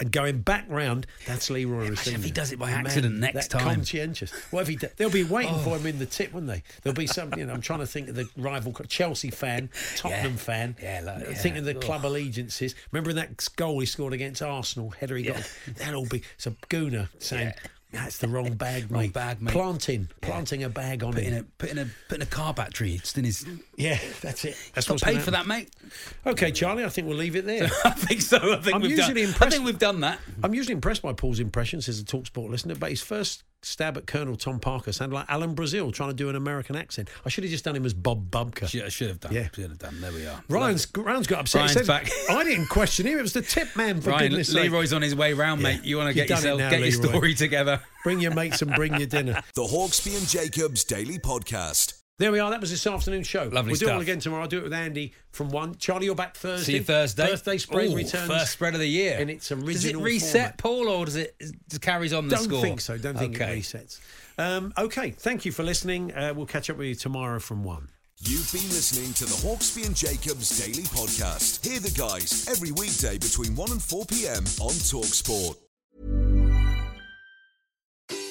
Speaker 4: And going back round, that's Leroy Rossignol.
Speaker 5: if he does it by
Speaker 4: The man
Speaker 5: accident next
Speaker 4: that
Speaker 5: time. Oh.
Speaker 4: Conscientious. What if he? do- They'll be waiting for him in the tip, won't they? There'll be some. You know, I'm trying to think of the rival co- Chelsea fan, Tottenham fan.
Speaker 5: Yeah, like- yeah. Oh.
Speaker 4: Thinking of the
Speaker 5: Ugh.
Speaker 4: club allegiances. Remember that goal he scored against Arsenal, header he got. That'll be so Gooner saying that's the wrong bag, mate.
Speaker 5: Wrong bag, mate."
Speaker 4: Planting, planting a bag on
Speaker 5: Putting
Speaker 4: him.
Speaker 5: a putting a putting a car battery just in his.
Speaker 4: Yeah, that's it. That's
Speaker 5: Got
Speaker 4: what's
Speaker 5: paid
Speaker 4: gonna
Speaker 5: for that, mate.
Speaker 4: happen. Okay, Charlie, I think we'll leave it there.
Speaker 5: I think so. I think
Speaker 4: I'm
Speaker 5: we've
Speaker 4: usually
Speaker 5: done. I
Speaker 4: impressed-
Speaker 5: think we've done that.
Speaker 4: I'm usually impressed by Paul's impressions as a Talksport listener, but his first stab at Colonel Tom Parker sounded like Alan Brazil trying to do an American accent. I should have just done him as Bob Bubka.
Speaker 5: Should, I should have done.
Speaker 4: Yeah.
Speaker 5: Should have done. There we are.
Speaker 4: Ryan's, Ryan's got upset. He says,
Speaker 5: Ryan's back.
Speaker 4: I didn't question him. It was the tip man, for
Speaker 5: Ryan,
Speaker 4: goodness sake.
Speaker 5: Leroy's on his way round, mate. You want to
Speaker 4: You've
Speaker 5: get
Speaker 4: done it
Speaker 5: yourself
Speaker 4: now,
Speaker 5: get your
Speaker 4: Leroy.
Speaker 5: story together.
Speaker 4: Bring your mates and bring your dinner.
Speaker 3: The Hawksby and Jacobs Daily Podcast.
Speaker 4: There we are. That was this afternoon's show.
Speaker 5: Lovely
Speaker 4: We'll do it all
Speaker 5: stuff.
Speaker 4: again tomorrow. I'll do it with Andy from one. Charlie, you're back Thursday.
Speaker 5: See you Thursday.
Speaker 4: Thursday spread
Speaker 5: Ooh,
Speaker 4: returns.
Speaker 5: First spread of the year.
Speaker 4: in its
Speaker 5: Does it
Speaker 4: original
Speaker 5: reset, Paul, or does it is- just carries on the
Speaker 4: Don't
Speaker 5: score?
Speaker 4: think so. Don't think
Speaker 5: Okay.
Speaker 4: it resets. Um, okay. Thank you for listening. Uh, we'll catch up with you tomorrow from one.
Speaker 3: You've been listening to the Hawksby and Jacobs Daily Podcast. Hear the guys every weekday between 1 and 4 p.m. on Talksport.